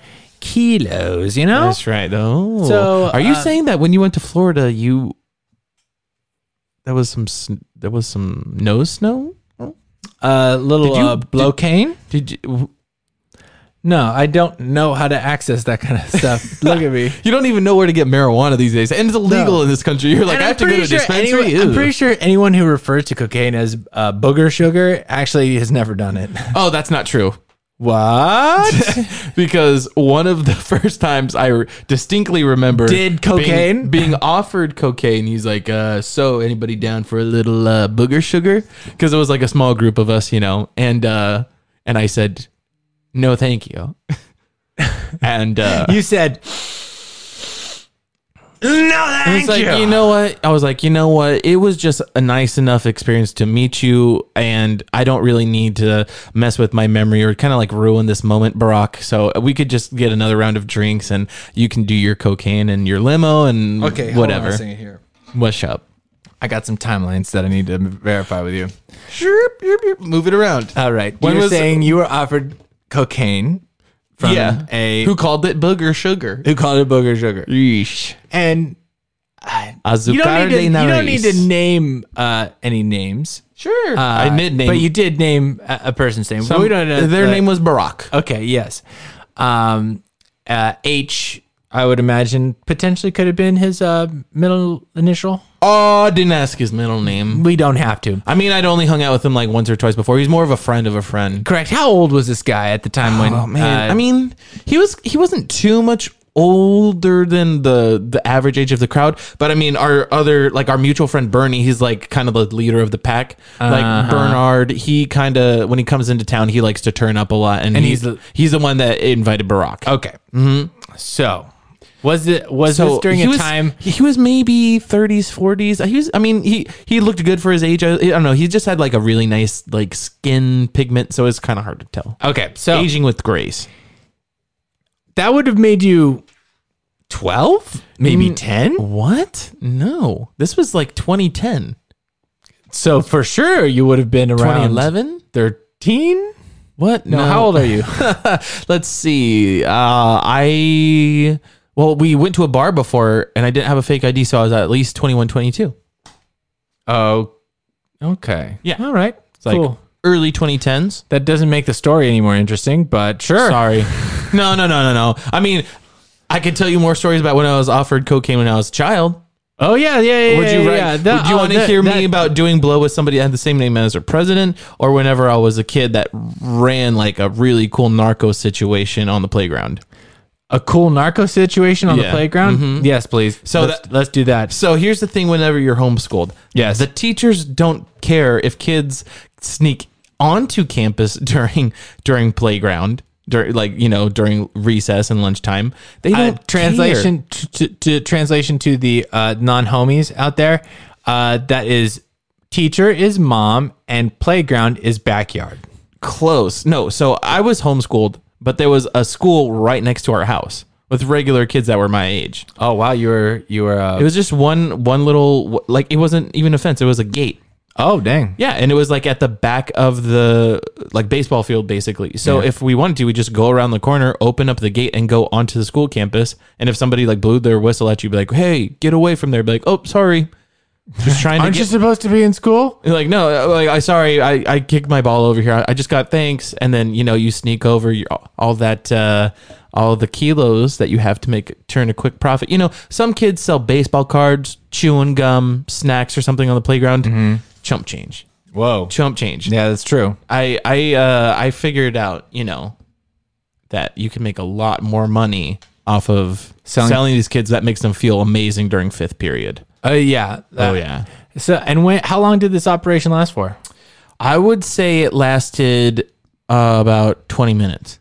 Speaker 2: kilos, you know?
Speaker 3: That's right. though.
Speaker 2: So,
Speaker 3: are you
Speaker 2: uh,
Speaker 3: saying that when you went to Florida, you that was some sn- that was some nose snow?
Speaker 2: A little
Speaker 3: Did you-
Speaker 2: uh,
Speaker 3: did-
Speaker 2: blowcane?
Speaker 3: Did you? w-
Speaker 2: no, I don't know how to access that kind of stuff. Look at me.
Speaker 3: You don't even know where to get marijuana these days, and it's illegal
Speaker 2: No.
Speaker 3: in this country. You're like,
Speaker 2: And
Speaker 3: I
Speaker 2: I'm
Speaker 3: have to go to
Speaker 2: pretty
Speaker 3: a
Speaker 2: sure
Speaker 3: dispensary.
Speaker 2: anyone- I'm
Speaker 3: Ew.
Speaker 2: pretty sure anyone who refers to cocaine as uh, booger sugar actually has never done it.
Speaker 3: oh, that's not true.
Speaker 2: What?
Speaker 3: because one of the first times I re- distinctly remember being-
Speaker 2: Did cocaine?
Speaker 3: being, offered cocaine. He's like, uh, "So anybody down for a little uh, booger sugar?" Because it was like a small group of us, you know, and uh, and I said, "No, thank you." and uh,
Speaker 2: you said no,
Speaker 3: I was
Speaker 2: thank
Speaker 3: like,
Speaker 2: you.
Speaker 3: you. know what? I was like, you know what? It was just a nice enough experience to meet you, and I don't really need to mess with my memory or kind of like ruin this moment, Barack. So uh, we could just get another round of drinks, and you can do your cocaine and your limo and
Speaker 2: okay, hold on a
Speaker 3: whatever.
Speaker 2: second here.
Speaker 3: What's up?
Speaker 2: I got some timelines that I need to verify with you.
Speaker 3: Move it around.
Speaker 2: All right,
Speaker 3: When
Speaker 2: you're
Speaker 3: was-
Speaker 2: saying you were offered cocaine from
Speaker 3: yeah.
Speaker 2: a
Speaker 3: Who called it booger sugar?
Speaker 2: who called it booger sugar,
Speaker 3: Yeesh.
Speaker 2: and
Speaker 3: Azucar
Speaker 2: you don't need
Speaker 3: de
Speaker 2: to, you don't need to
Speaker 3: nariz.
Speaker 2: name uh, any names.
Speaker 3: Sure.
Speaker 2: Uh,
Speaker 3: I did name.
Speaker 2: but you did name a, a person's name.
Speaker 3: some-
Speaker 2: we don't know
Speaker 3: Their
Speaker 2: the-
Speaker 3: name was Barack.
Speaker 2: Okay, yes. Um, uh, H, I would imagine, potentially could have been his uh, middle initial.
Speaker 3: Oh, I didn't ask his middle name.
Speaker 2: We don't have to.
Speaker 3: I mean, I'd only hung out with him like once or twice before. He's more of a friend of a friend.
Speaker 2: Correct. How old was this guy at the time when?
Speaker 3: Oh man,
Speaker 2: uh,
Speaker 3: I mean, he was he wasn't too much older than the the average age of the crowd, but I mean, our other like our mutual friend Bernie, he's like kind of the leader of the pack.
Speaker 2: Uh-huh.
Speaker 3: Like Bernard, he kind of when he comes into town, he likes to turn up a lot, and,
Speaker 2: And
Speaker 3: he-
Speaker 2: he's the-
Speaker 3: he's the one that invited Barack.
Speaker 2: okay. So, was it was this during
Speaker 3: Mm-hmm. he
Speaker 2: a
Speaker 3: was,
Speaker 2: time?
Speaker 3: he he was maybe 30s 40s he was i mean he he looked good for his age i, I don't know he just had like a really nice like skin pigment so it's kind of hard to tell
Speaker 2: Okay, so
Speaker 3: aging with grace
Speaker 2: that would have made you twelve, maybe
Speaker 3: Mm.
Speaker 2: ten.
Speaker 3: what no this was like 2010
Speaker 2: So for sure, you would have been around
Speaker 3: 2011
Speaker 2: thirteen.
Speaker 3: what
Speaker 2: No, how old are you?
Speaker 3: let's see uh i well we went to a bar before and i didn't have a fake id so i was at least 21 22
Speaker 2: oh, okay.
Speaker 3: Yeah.
Speaker 2: All right.
Speaker 3: it's like
Speaker 2: cool.
Speaker 3: early 2010s
Speaker 2: That doesn't make the story any more interesting, but sure.
Speaker 3: Sorry. No, no, no, no, no. I mean, I could tell you more stories about when I was offered cocaine when I was a child.
Speaker 2: Oh yeah, yeah, yeah.
Speaker 3: Would you,
Speaker 2: yeah,
Speaker 3: write,
Speaker 2: yeah.
Speaker 3: would you
Speaker 2: oh,
Speaker 3: want to
Speaker 2: that-
Speaker 3: hear
Speaker 2: that-
Speaker 3: me about doing blow with somebody that had the same name as our president, or whenever I was a kid that ran like a really cool narco situation on the playground?
Speaker 2: a cool narco situation on the
Speaker 3: Yeah.
Speaker 2: playground? Yes, please. Mm-hmm. So let's,
Speaker 3: that-
Speaker 2: let's do that.
Speaker 3: So here's the thing: whenever you're homeschooled,
Speaker 2: Yes.
Speaker 3: the teachers don't care if kids sneak onto campus during during playground. during like you know during recess and lunchtime. They
Speaker 2: Uh,
Speaker 3: don't
Speaker 2: translation to, to, to translation to the uh, non homies out there. Uh, that is teacher is mom and playground is backyard.
Speaker 3: care. close. No, so I was homeschooled, but there was a school right next to our house with regular kids that were my age.
Speaker 2: Oh wow, you were you were. Uh,
Speaker 3: It was just one one little like it wasn't even a fence. It was a gate.
Speaker 2: oh dang.
Speaker 3: Yeah, and it was like at the back of the like baseball field basically. So if we wanted to, we just go around the corner, open up the gate, and go onto the school campus. And if somebody like blew their whistle at you, be like, "Hey, get away from there!" Be like, "Oh, sorry." Just trying to
Speaker 2: Aren't
Speaker 3: get
Speaker 2: you supposed to be in school?
Speaker 3: You're like no, like I sorry, I, I kicked my ball over here. I, I just got thanks, and then you know you sneak over your, all that uh, all the kilos that you have to make turn a quick profit. You know some kids sell baseball cards, chewing gum, snacks or something on the playground. Chump change,
Speaker 2: Whoa.
Speaker 3: chump change.
Speaker 2: Yeah, that's true.
Speaker 3: I I uh, I figured out you know that you can make a lot more money off of
Speaker 2: Selling-
Speaker 3: selling, these kids. That makes them feel amazing during fifth period.
Speaker 2: Uh, yeah.
Speaker 3: Oh
Speaker 2: Uh,
Speaker 3: yeah.
Speaker 2: So and when? How long did this operation last for?
Speaker 3: I would say it lasted uh, about 20 minutes.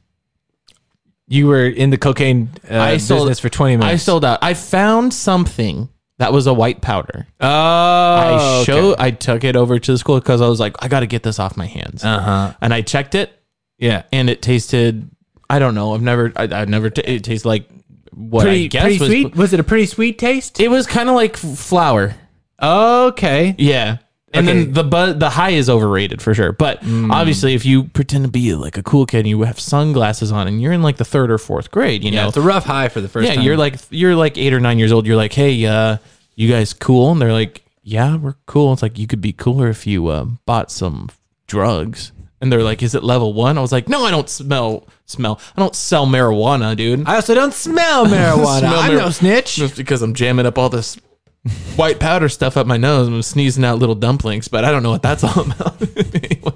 Speaker 2: You were in the cocaine uh,
Speaker 3: I
Speaker 2: business
Speaker 3: sold-
Speaker 2: for twenty minutes.
Speaker 3: I sold out. I found something that was a white powder.
Speaker 2: Oh,
Speaker 3: I
Speaker 2: I
Speaker 3: showed. I took it over to the school because I was like, I got to get this off my hands.
Speaker 2: Uh huh.
Speaker 3: And I checked it,
Speaker 2: Yeah.
Speaker 3: and it tasted. I don't know. I've never. I, I've never. T- it tastes like what I
Speaker 2: Pretty,
Speaker 3: guess
Speaker 2: pretty
Speaker 3: was.
Speaker 2: sweet. Was it a pretty sweet taste?
Speaker 3: It was kind of like f- flour.
Speaker 2: Okay.
Speaker 3: Yeah. And
Speaker 2: Okay.
Speaker 3: then
Speaker 2: Hmm.
Speaker 3: the bu- the high is overrated for sure. But obviously, if you pretend to be like a cool kid and you have sunglasses on and you're in like the third or fourth grade, you
Speaker 2: Yeah,
Speaker 3: know,
Speaker 2: it's a rough high for the first
Speaker 3: yeah,
Speaker 2: time.
Speaker 3: you're like you're like eight or nine years old. You're like, hey, uh, you guys cool? And they're like, yeah, we're cool. It's like you could be cooler if you uh, bought some drugs. And they're like, is it level one? I was like, no, I don't smell smell. I don't sell marijuana, dude.
Speaker 2: I also don't smell marijuana.
Speaker 3: Smell
Speaker 2: I'm
Speaker 3: mar-
Speaker 2: no snitch.
Speaker 3: Just because I'm jamming up all this white powder stuff up my nose. I'm sneezing out little dumplings, but I don't know what that's all about. Anyway.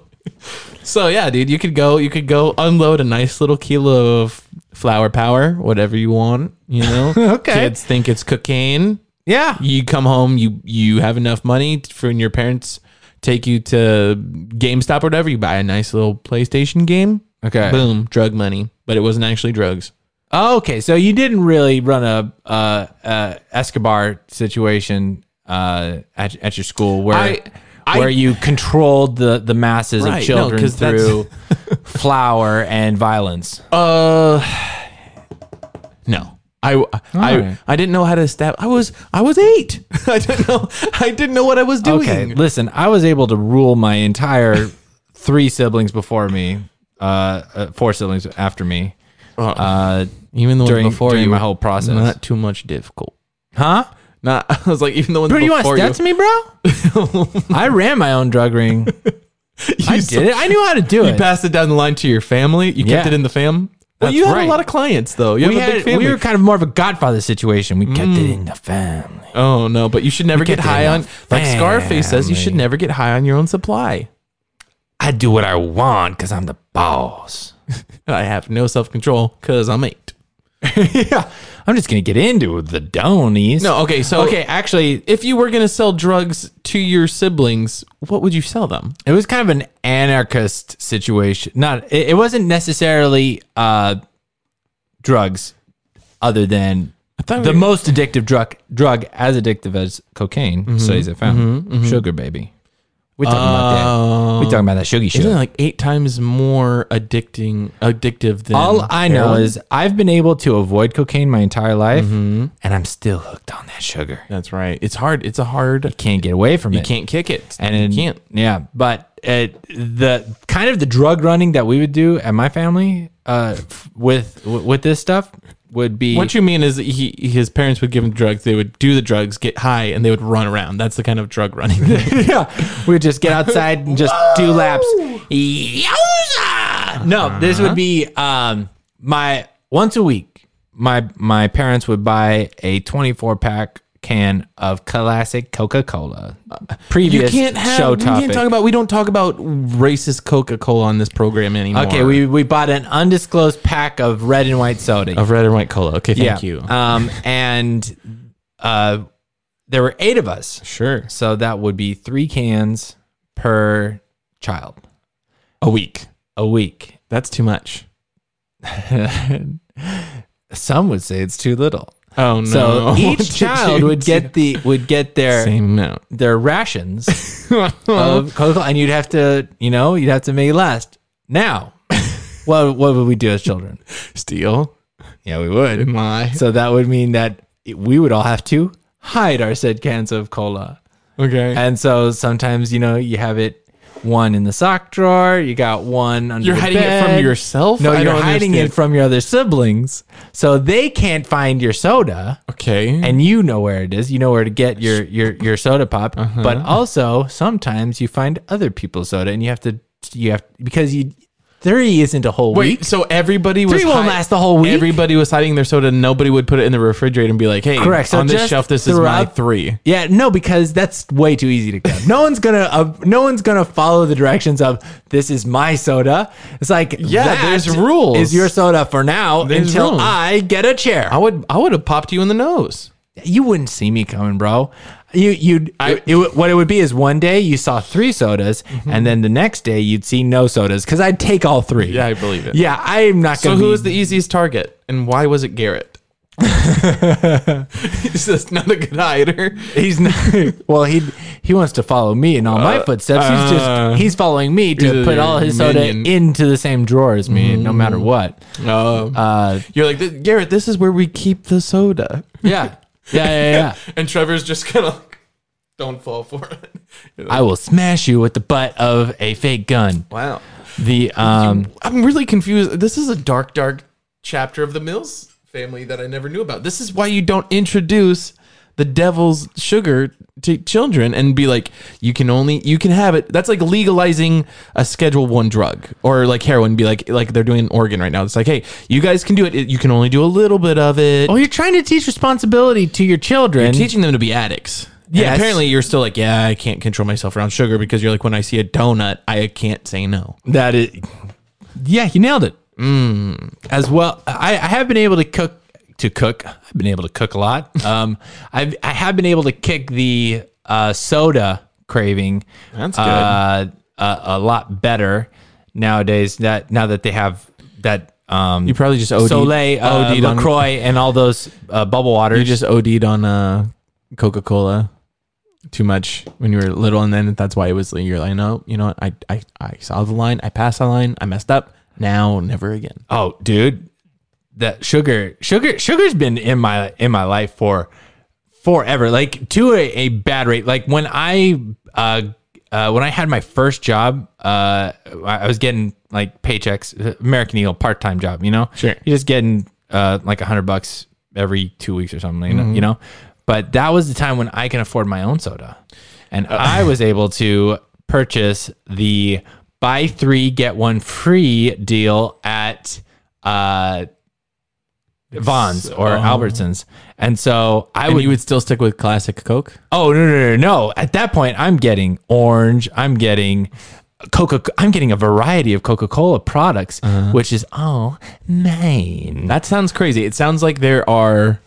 Speaker 3: So yeah, dude, you could go, you could go unload a nice little kilo of flower power, whatever you want. You know,
Speaker 2: Okay.
Speaker 3: Kids think it's cocaine.
Speaker 2: Yeah.
Speaker 3: You come home, you you have enough money for and your parents take you to GameStop or whatever. You buy a nice little PlayStation game.
Speaker 2: Okay. Oh,
Speaker 3: Boom, drug money, but it wasn't actually drugs.
Speaker 2: okay, so you didn't really run a uh, uh, Escobar situation uh, at, at your school where
Speaker 3: I- I-
Speaker 2: where you controlled the, the masses
Speaker 3: Right,
Speaker 2: of
Speaker 3: no,
Speaker 2: children
Speaker 3: 'cause that's-
Speaker 2: through flour and violence.
Speaker 3: Uh, no. I, I,
Speaker 2: right.
Speaker 3: I didn't know how to stab. I was I was eight. I didn't know. I didn't know what I was doing.
Speaker 2: Okay, listen, I was able to rule my entire three siblings before me, uh, uh, four siblings after me, uh,
Speaker 3: Even the ones
Speaker 2: during-
Speaker 3: before
Speaker 2: during
Speaker 3: you,
Speaker 2: my whole process.
Speaker 3: not too much difficult.
Speaker 2: huh?
Speaker 3: Not. I was like, even the ones
Speaker 2: Bro, you want to
Speaker 3: before
Speaker 2: stats me, bro? I ran my own drug ring. I
Speaker 3: You
Speaker 2: did
Speaker 3: saw-
Speaker 2: it. I knew how to do
Speaker 3: You
Speaker 2: it.
Speaker 3: passed it down the line to your family. You
Speaker 2: Yeah.
Speaker 3: kept it in the fam. Well,
Speaker 2: That's
Speaker 3: you had
Speaker 2: right.
Speaker 3: a lot of clients though. You
Speaker 2: we,
Speaker 3: have a
Speaker 2: had,
Speaker 3: big family. Mm.
Speaker 2: we were kind of more of a godfather situation. We kept it in the family.
Speaker 3: oh no, but you should never get
Speaker 2: kept it
Speaker 3: high
Speaker 2: in
Speaker 3: on.
Speaker 2: the
Speaker 3: Like Scarface says, you should
Speaker 2: family.
Speaker 3: never get high on your own supply.
Speaker 2: I do what I want because I'm the boss.
Speaker 3: I have no self control because I'm eight.
Speaker 2: yeah. I'm just going to get into the donies.
Speaker 3: No, okay, so-
Speaker 2: Okay, actually,
Speaker 3: if you were going to sell drugs to your siblings, what would you sell them?
Speaker 2: it was kind of an anarchist situation. Not, it, it wasn't necessarily uh, drugs, other than
Speaker 3: thought
Speaker 2: the
Speaker 3: we-
Speaker 2: most addictive drug, drug as addictive as cocaine.
Speaker 3: Mm-hmm.
Speaker 2: Studies have found sugar, baby. We're talking about that. We're talking about that sugar shit.
Speaker 3: Oh. Isn't it like eight times more addicting addictive than
Speaker 2: All I know
Speaker 3: heroin?
Speaker 2: is I've been able to avoid cocaine my entire life,
Speaker 3: Mm-hmm.
Speaker 2: and I'm still hooked on that sugar.
Speaker 3: that's right. It's hard. It's a hard.
Speaker 2: Can't get away from
Speaker 3: You
Speaker 2: it.
Speaker 3: can't kick it,
Speaker 2: And
Speaker 3: you
Speaker 2: it-
Speaker 3: can't.
Speaker 2: Yeah, but it, the kind of the drug running that we would do at my family uh, f- with with this stuff would be
Speaker 3: What you mean is that he his parents would give him drugs. They would do the drugs, get high, and they would run around. That's the kind of drug running.
Speaker 2: yeah, we would just get outside and just do laps. Yowza! No, this
Speaker 3: Uh-huh.
Speaker 2: would be um my once a week. My my parents would buy a 24 pack can of classic Coca Cola.
Speaker 3: you
Speaker 2: Previous
Speaker 3: can't have.
Speaker 2: show
Speaker 3: we
Speaker 2: topic.
Speaker 3: can't talk about. We don't talk about racist Coca Cola on this program anymore.
Speaker 2: okay, we we bought an undisclosed pack of red and white soda.
Speaker 3: of red and white cola. Okay, Oh, thank you.
Speaker 2: Um, and uh, there were eight of us,
Speaker 3: sure.
Speaker 2: so that would be three cans per child
Speaker 3: A week.
Speaker 2: a week.
Speaker 3: That's too much.
Speaker 2: Some would say it's too little.
Speaker 3: Oh no!
Speaker 2: So
Speaker 3: Did
Speaker 2: each child
Speaker 3: you
Speaker 2: would
Speaker 3: do
Speaker 2: get the would get
Speaker 3: the
Speaker 2: their
Speaker 3: same Uh-huh. amount.
Speaker 2: their rations of Coca-Cola, and you'd have to, you know, you'd have to make it last. Now, what what would we do as children?
Speaker 3: Steal
Speaker 2: Yeah, we would.
Speaker 3: and lie.
Speaker 2: So that would mean that we would all have to hide our said cans of cola.
Speaker 3: Okay.
Speaker 2: And so sometimes, you know, you have it one in the sock drawer, you got one under
Speaker 3: You're
Speaker 2: the
Speaker 3: hiding it from
Speaker 2: bed.
Speaker 3: yourself?
Speaker 2: No,
Speaker 3: I
Speaker 2: you're
Speaker 3: don't
Speaker 2: hiding
Speaker 3: understand.
Speaker 2: it from your other siblings. So they can't find your soda
Speaker 3: okay.
Speaker 2: and you know where it is. You know where to get your your your soda pop.
Speaker 3: Uh-huh.
Speaker 2: But also, sometimes you find other people's soda and you have to you have because you three isn't a whole
Speaker 3: Wait,
Speaker 2: week.
Speaker 3: so everybody was
Speaker 2: Three won't last the whole week.
Speaker 3: Everybody was hiding their soda. Nobody would put it in the refrigerator and be like, "Hey,
Speaker 2: Correct. So
Speaker 3: on this
Speaker 2: just
Speaker 3: shelf, this is my
Speaker 2: throughout-
Speaker 3: three.
Speaker 2: Yeah, no, because that's way too easy to grab. No one's gonna, uh, no one's gonna follow the directions of this is my soda. It's like
Speaker 3: Yeah,
Speaker 2: that
Speaker 3: there's rules.
Speaker 2: Is your soda for now
Speaker 3: There's
Speaker 2: until
Speaker 3: rules.
Speaker 2: I get a chair.
Speaker 3: I would, I would have popped you in the nose.
Speaker 2: you wouldn't see me coming, bro. You, you'd,
Speaker 3: I- Mm-hmm.
Speaker 2: it, would- what it would be is one day you saw three sodas, and then the next day you'd see no sodas because I'd take all three.
Speaker 3: Yeah, I believe it.
Speaker 2: Yeah, I'm not
Speaker 3: So
Speaker 2: gonna.
Speaker 3: who
Speaker 2: be-
Speaker 3: was the easiest target, and why was it Garrett? He's just not a good hider.
Speaker 2: He's not, well. He he wants to follow me in all my footsteps. He's
Speaker 3: uh,
Speaker 2: just he's following me to
Speaker 3: a
Speaker 2: put all his
Speaker 3: minion. Mm.
Speaker 2: soda into the same drawer as me, no matter what.
Speaker 3: Oh,
Speaker 2: Uh,
Speaker 3: you're like "Th- Garrett. This is where we keep the soda.
Speaker 2: yeah, yeah, yeah, yeah.
Speaker 3: And Trevor's just kind of like, don't fall for it. You're like,
Speaker 2: I will smash you with the butt of a fake gun.
Speaker 3: wow.
Speaker 2: The um,
Speaker 3: I'm really confused. This is a dark, dark chapter of the Mills family that I never knew about. This is why you don't introduce the devil's sugar to children and be like, you can only you can have it. That's like legalizing a Schedule One drug or like heroin. Be like like they're doing in Oregon right now. It's like, hey, you guys can do it. You can only do a little bit of it.
Speaker 2: oh, you're trying to teach responsibility to your children.
Speaker 3: teaching them to be addicts. Yeah.
Speaker 2: Yes.
Speaker 3: Apparently, you're still like, yeah, I can't control myself around sugar because you're like, when I see a donut, I can't say no.
Speaker 2: that is, yeah, you nailed it.
Speaker 3: Mm.
Speaker 2: As well, I, I have been able to cook to cook. I've been able to cook a lot. Um, I've I have been able to kick the uh, soda craving.
Speaker 3: That's good.
Speaker 2: Uh, a, a lot better nowadays. That now that they have that. Um,
Speaker 3: You probably just OD'd
Speaker 2: Soleil, uh,
Speaker 3: OD'd on-
Speaker 2: Lacroix, and all those uh, bubble waters.
Speaker 3: You just OD'd on uh, Coca Cola too much when you were little, and then that's why it was. You're like, no, you know, what? I, I, I saw the line, I passed the line, I messed up. Now, never again.
Speaker 2: Oh, dude, that sugar, sugar, sugar's been in my in my life for forever. Like to a, a bad rate. Like when I uh, uh when I had my first job, uh, I I was getting like paychecks, American Eagle part time job. You know,
Speaker 3: Sure.
Speaker 2: you're just getting uh like a hundred bucks every two weeks or something. you know- You know, but that was the time when I can afford my own soda, and I was able to purchase the buy three get one free deal at uh Vons or Albertsons. And so I
Speaker 3: Oh. And
Speaker 2: would,
Speaker 3: you would still stick with classic Coke.
Speaker 2: oh no, no, no, no. At that point, I'm getting orange. I'm getting Coca. I'm getting a variety of Coca-Cola products,
Speaker 3: Uh-huh.
Speaker 2: which is all mine.
Speaker 3: That sounds crazy. It sounds like there are,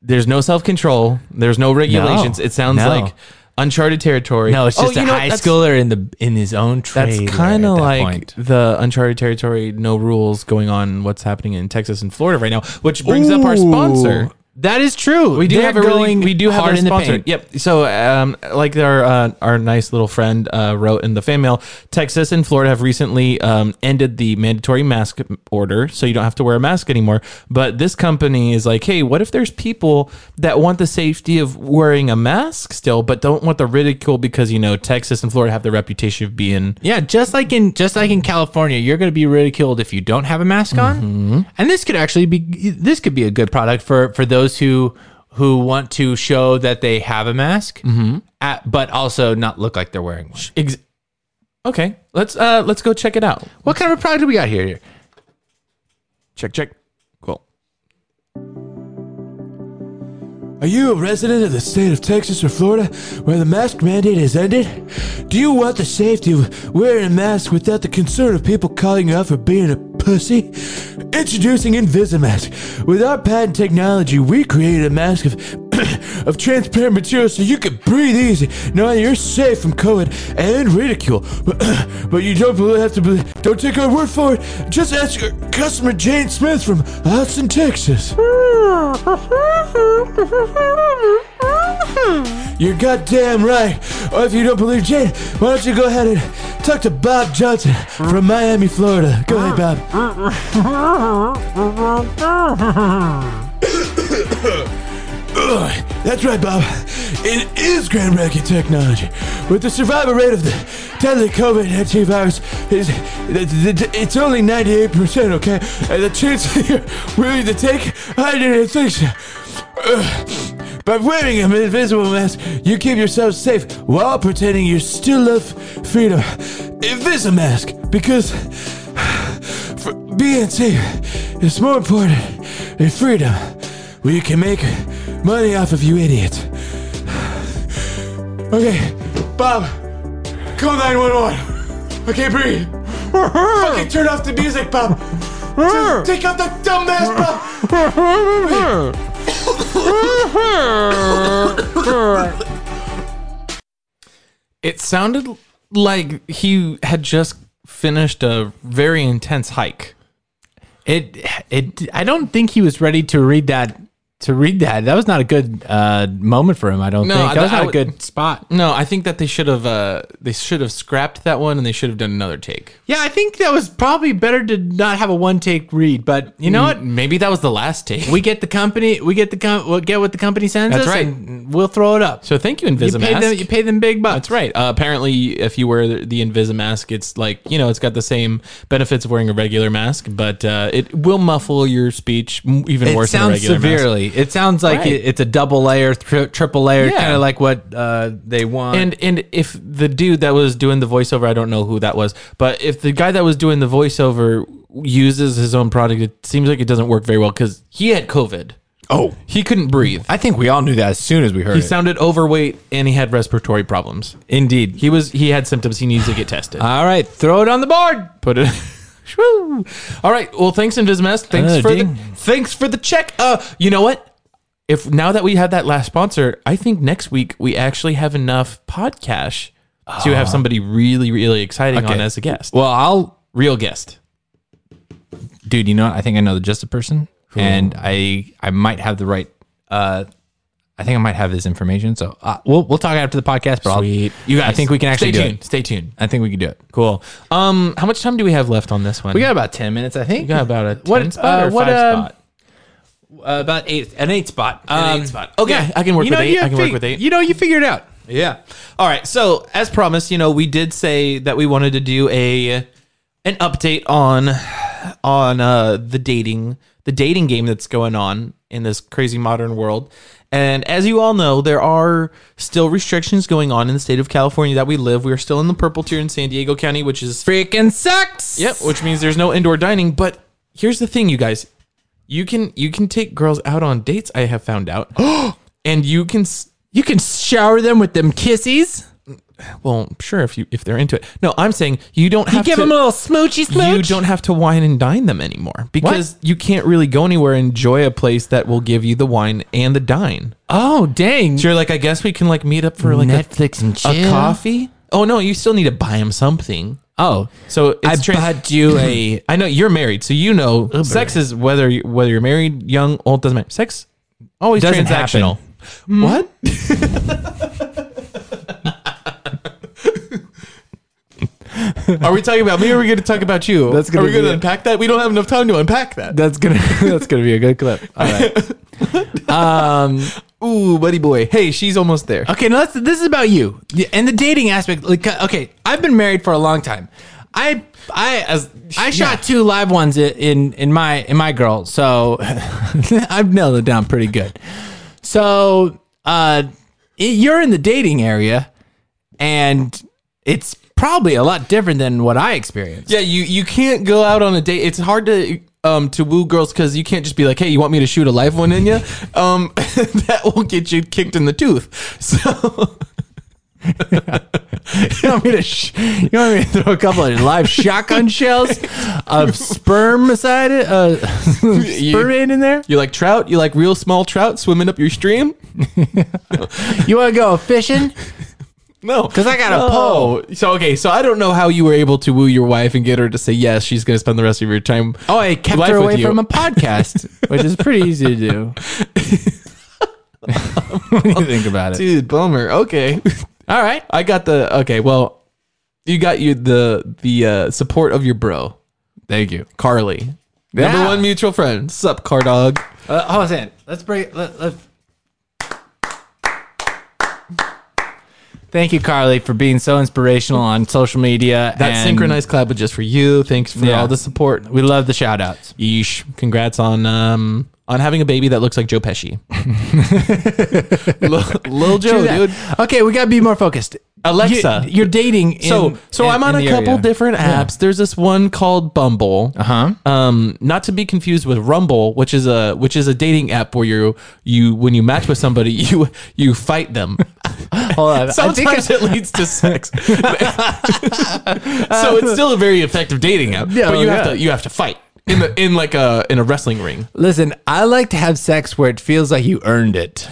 Speaker 3: there's no self control. There's no regulations. It sounds
Speaker 2: No.
Speaker 3: like uncharted territory.
Speaker 2: No, it's
Speaker 3: Oh,
Speaker 2: just
Speaker 3: you
Speaker 2: a
Speaker 3: know what?
Speaker 2: high
Speaker 3: That's-
Speaker 2: schooler in the in his own trade.
Speaker 3: That's
Speaker 2: at
Speaker 3: kind
Speaker 2: that
Speaker 3: of like
Speaker 2: point.
Speaker 3: the uncharted territory, no rules going on. What's happening in Texas and Florida right now, which brings up our sponsor.
Speaker 2: Ooh, That is true.
Speaker 3: We do
Speaker 2: They're
Speaker 3: have a really,
Speaker 2: going
Speaker 3: we do have
Speaker 2: hard
Speaker 3: our
Speaker 2: in the
Speaker 3: sponsor.
Speaker 2: paint.
Speaker 3: Yep. So, um, like our uh, our nice little friend uh, wrote in the fan mail, Texas and Florida have recently um, ended the mandatory mask order, so you don't have to wear a mask anymore. But this company is like, hey, what if there's people that want the safety of wearing a mask still, but don't want the ridicule because you know Texas and Florida have the reputation of being
Speaker 2: Yeah, just like in just like in California, you're going to be ridiculed if you don't have a mask on. And this could actually be this could be a good product for for those who who want to show that they have a mask, at, but also not look like they're wearing one.
Speaker 3: Ex- okay, let's uh let's go check it out.
Speaker 2: What kind of a product do we got here?
Speaker 3: Check check. Cool. Are you a resident of the state of Texas or Florida where the mask mandate has ended? Do you want the safety of wearing a mask without the concern of people calling you out for being a pussy? Introducing Invisimask. With our patent technology, we created a mask of of transparent material so you can breathe easy, knowing you're safe from COVID and ridicule. but you don't believe, have to believe. Don't take our word for it. Just ask your customer Jane Smith from Austin, Texas. You're goddamn right. Or if you don't believe Jane, why don't you go ahead and talk to Bob Johnson from Miami, Florida. Go ahead, Bob. Ugh, That's right, Bob. It is Grand Racket technology. With the survival rate of the deadly COVID 19 virus, is it's only 98%, okay? And the chance you're willing to take, I didn't think so. Ugh. By wearing an invisible mask, you keep yourself safe while pretending you still love freedom. Invisible mask, because for being safe is more important than freedom. We can make money off of you idiots. Okay, Bob, call 911. Okay, breathe. Fucking turn off the music, Bob. Just take off that dumb mask, Bob.
Speaker 2: It sounded like he had just finished a very intense hike. It it I don't think he was ready to read that to read that. That was not a good uh, moment for him, I don't
Speaker 3: No,
Speaker 2: think. That was
Speaker 3: I- I
Speaker 2: not a
Speaker 3: would-
Speaker 2: good spot.
Speaker 3: No, I think that they should have uh, they should have scrapped that one and they should have done another take.
Speaker 2: Yeah, I think that was probably better to not have a one take read, but you know what?
Speaker 3: Maybe that was the last take.
Speaker 2: We get the company we get the com- we'll get what the company sends
Speaker 3: That's
Speaker 2: us
Speaker 3: right.
Speaker 2: and we'll throw it up.
Speaker 3: so thank you,
Speaker 2: you pay,
Speaker 3: Invisimask.
Speaker 2: them, you pay them big bucks.
Speaker 3: That's right. Uh, apparently, if you wear the, the Invisimask, it's like you know, it's got the same benefits of wearing a regular mask, but uh, it will muffle your speech m- even
Speaker 2: It
Speaker 3: worse than a
Speaker 2: sounds
Speaker 3: regular mask.
Speaker 2: severely. It sounds like
Speaker 3: Right.
Speaker 2: it, it's a double layer, tri- triple layer,
Speaker 3: Yeah.
Speaker 2: kind of like what uh, they want.
Speaker 3: And and if the dude that was doing the voiceover, I don't know who that was, but if the guy that was doing the voiceover uses his own product, it seems like it doesn't work very well because he had COVID.
Speaker 2: oh,
Speaker 3: He couldn't breathe.
Speaker 2: I think we all knew that as soon as we heard
Speaker 3: He
Speaker 2: it.
Speaker 3: sounded overweight and he had respiratory problems.
Speaker 2: Indeed.
Speaker 3: He was he had symptoms. He needs to get tested.
Speaker 2: all right, throw it on the board.
Speaker 3: Put it. Shoo. All right. Well, thanks, Invismask. Thanks
Speaker 2: Another
Speaker 3: for
Speaker 2: ding.
Speaker 3: the thanks for the check. Uh, you know what? If now that we have that last sponsor, I think next week we actually have enough podcast to have somebody really, really exciting on
Speaker 2: Ah. Okay.
Speaker 3: as a guest,
Speaker 2: Well, I'll,
Speaker 3: real guest.
Speaker 2: dude. You know, what? I think I know the just a person, and I I might have the right. Uh, I think I might have his information. So uh, we'll we'll talk after the podcast. But
Speaker 3: Sweet.
Speaker 2: I'll, you guys, I think we can actually
Speaker 3: stay
Speaker 2: do
Speaker 3: tuned.
Speaker 2: it.
Speaker 3: Stay tuned.
Speaker 2: I think we can do it.
Speaker 3: Cool. Um, how much time do we have left on this one?
Speaker 2: We got about ten minutes, I think.
Speaker 3: We got about a ten
Speaker 2: What-
Speaker 3: spot
Speaker 2: uh,
Speaker 3: or
Speaker 2: what,
Speaker 3: five
Speaker 2: um,
Speaker 3: spot.
Speaker 2: Uh, about eight, an eight spot,
Speaker 3: eight spot. Um, Okay, I can work
Speaker 2: you
Speaker 3: with
Speaker 2: know,
Speaker 3: eight.
Speaker 2: you
Speaker 3: I can
Speaker 2: fig-
Speaker 3: work with eight.
Speaker 2: You know, you figured it out.
Speaker 3: Yeah. All right. So as promised, you know, we did say that we wanted to do a an update on on uh, the dating the dating game that's going on in this crazy modern world. And as you all know, there are still restrictions going on in the state of California that we live. We are still in the purple tier in San Diego County, which is
Speaker 2: Freaking sucks.
Speaker 3: Yep, which means there's no indoor dining. But here's the thing, you guys, you can you can take girls out on dates. I have found out, and you can s-
Speaker 2: You can shower them with them kissies.
Speaker 3: well, sure if you if they're into it. No, I'm saying you don't have
Speaker 2: You give
Speaker 3: to
Speaker 2: them a little smoochy smooch.
Speaker 3: you don't have to wine and dine them anymore because you can't really go anywhere and enjoy a place that will give you the wine and the dine.
Speaker 2: Oh dang!
Speaker 3: So you're like, I guess we can like meet up for like a,
Speaker 2: Netflix and
Speaker 3: a
Speaker 2: chill.
Speaker 3: coffee. Oh no, you still need to buy him something.
Speaker 2: Oh,
Speaker 3: So it's
Speaker 2: I
Speaker 3: trans-
Speaker 2: bought you a.
Speaker 3: I know you're married, so you know sex is whether you, whether you're married, young, old doesn't matter. Sex always
Speaker 2: Doesn't
Speaker 3: transactional. Hmm. What? are we talking about me? or Are we going to talk about you?
Speaker 2: That's gonna
Speaker 3: are we going
Speaker 2: be
Speaker 3: to
Speaker 2: it.
Speaker 3: unpack that? We don't have enough time to unpack that.
Speaker 2: That's gonna. That's gonna be a good clip. All right. um.
Speaker 3: Ooh, buddy boy. Hey, she's almost there.
Speaker 2: Okay. Now let's, this is about you Yeah, and the dating aspect. Like, uh, okay, I've been married for a long time. I I as I shot two live ones i- in in my in my girl, so I've nailed it down pretty good. So uh, i- you're in the dating area, and it's probably a lot different than what I experienced.
Speaker 3: Yeah, you you can't go out on a date. It's hard to um to woo girls because you can't just be like, hey, you want me to shoot a live one in you? Um, that will get you kicked in the tooth. So.
Speaker 2: You want me to sh- you want me to throw a couple of live shotgun shells of spermicide uh, sperm in there?
Speaker 3: You like trout? You like real small trout swimming up your stream?
Speaker 2: You want to go fishing?
Speaker 3: No, because
Speaker 2: I got a
Speaker 3: pole. So okay, so I don't know how you were able to woo your wife and get her to say yes. She's gonna spend the rest of your time.
Speaker 2: Oh, I kept
Speaker 3: Life
Speaker 2: her
Speaker 3: with
Speaker 2: away
Speaker 3: you.
Speaker 2: from a podcast, which is pretty easy to do. What do you think about it?
Speaker 3: dude, bummer. Okay,
Speaker 2: All right.
Speaker 3: I got the okay. Well, you got you the the uh, support of your bro,
Speaker 2: Thank you.
Speaker 3: Carly,
Speaker 2: Yeah.
Speaker 3: number one mutual friend. Sup, car dog.
Speaker 2: Uh, hold on a second. Let's break. Let, let. Thank you, Carly, for being so inspirational on social media.
Speaker 3: That
Speaker 2: and
Speaker 3: synchronized clap was just for you. Thanks for
Speaker 2: Yeah.
Speaker 3: all the support.
Speaker 2: We love the shout outs.
Speaker 3: Yeesh. Congrats on um on having a baby that looks like Joe Pesci. Lil, Lil Joe, dude.
Speaker 2: Okay, we got to be more focused.
Speaker 3: Alexa.
Speaker 2: You, are dating. In,
Speaker 3: so so I'm on a couple different apps. There's this one called Bumble.
Speaker 2: Huh?
Speaker 3: Um, not to be confused with Rumble, which is a which is a dating app where you you when you match with somebody you you fight them.
Speaker 2: Hold on. I think
Speaker 3: Sometimes it leads to sex. so it's still a very effective dating app,
Speaker 2: Yeah, oh,
Speaker 3: but you have
Speaker 2: yeah.
Speaker 3: to you have to fight in the in like a in a wrestling ring.
Speaker 2: listen, I like to have sex where it feels like you earned it.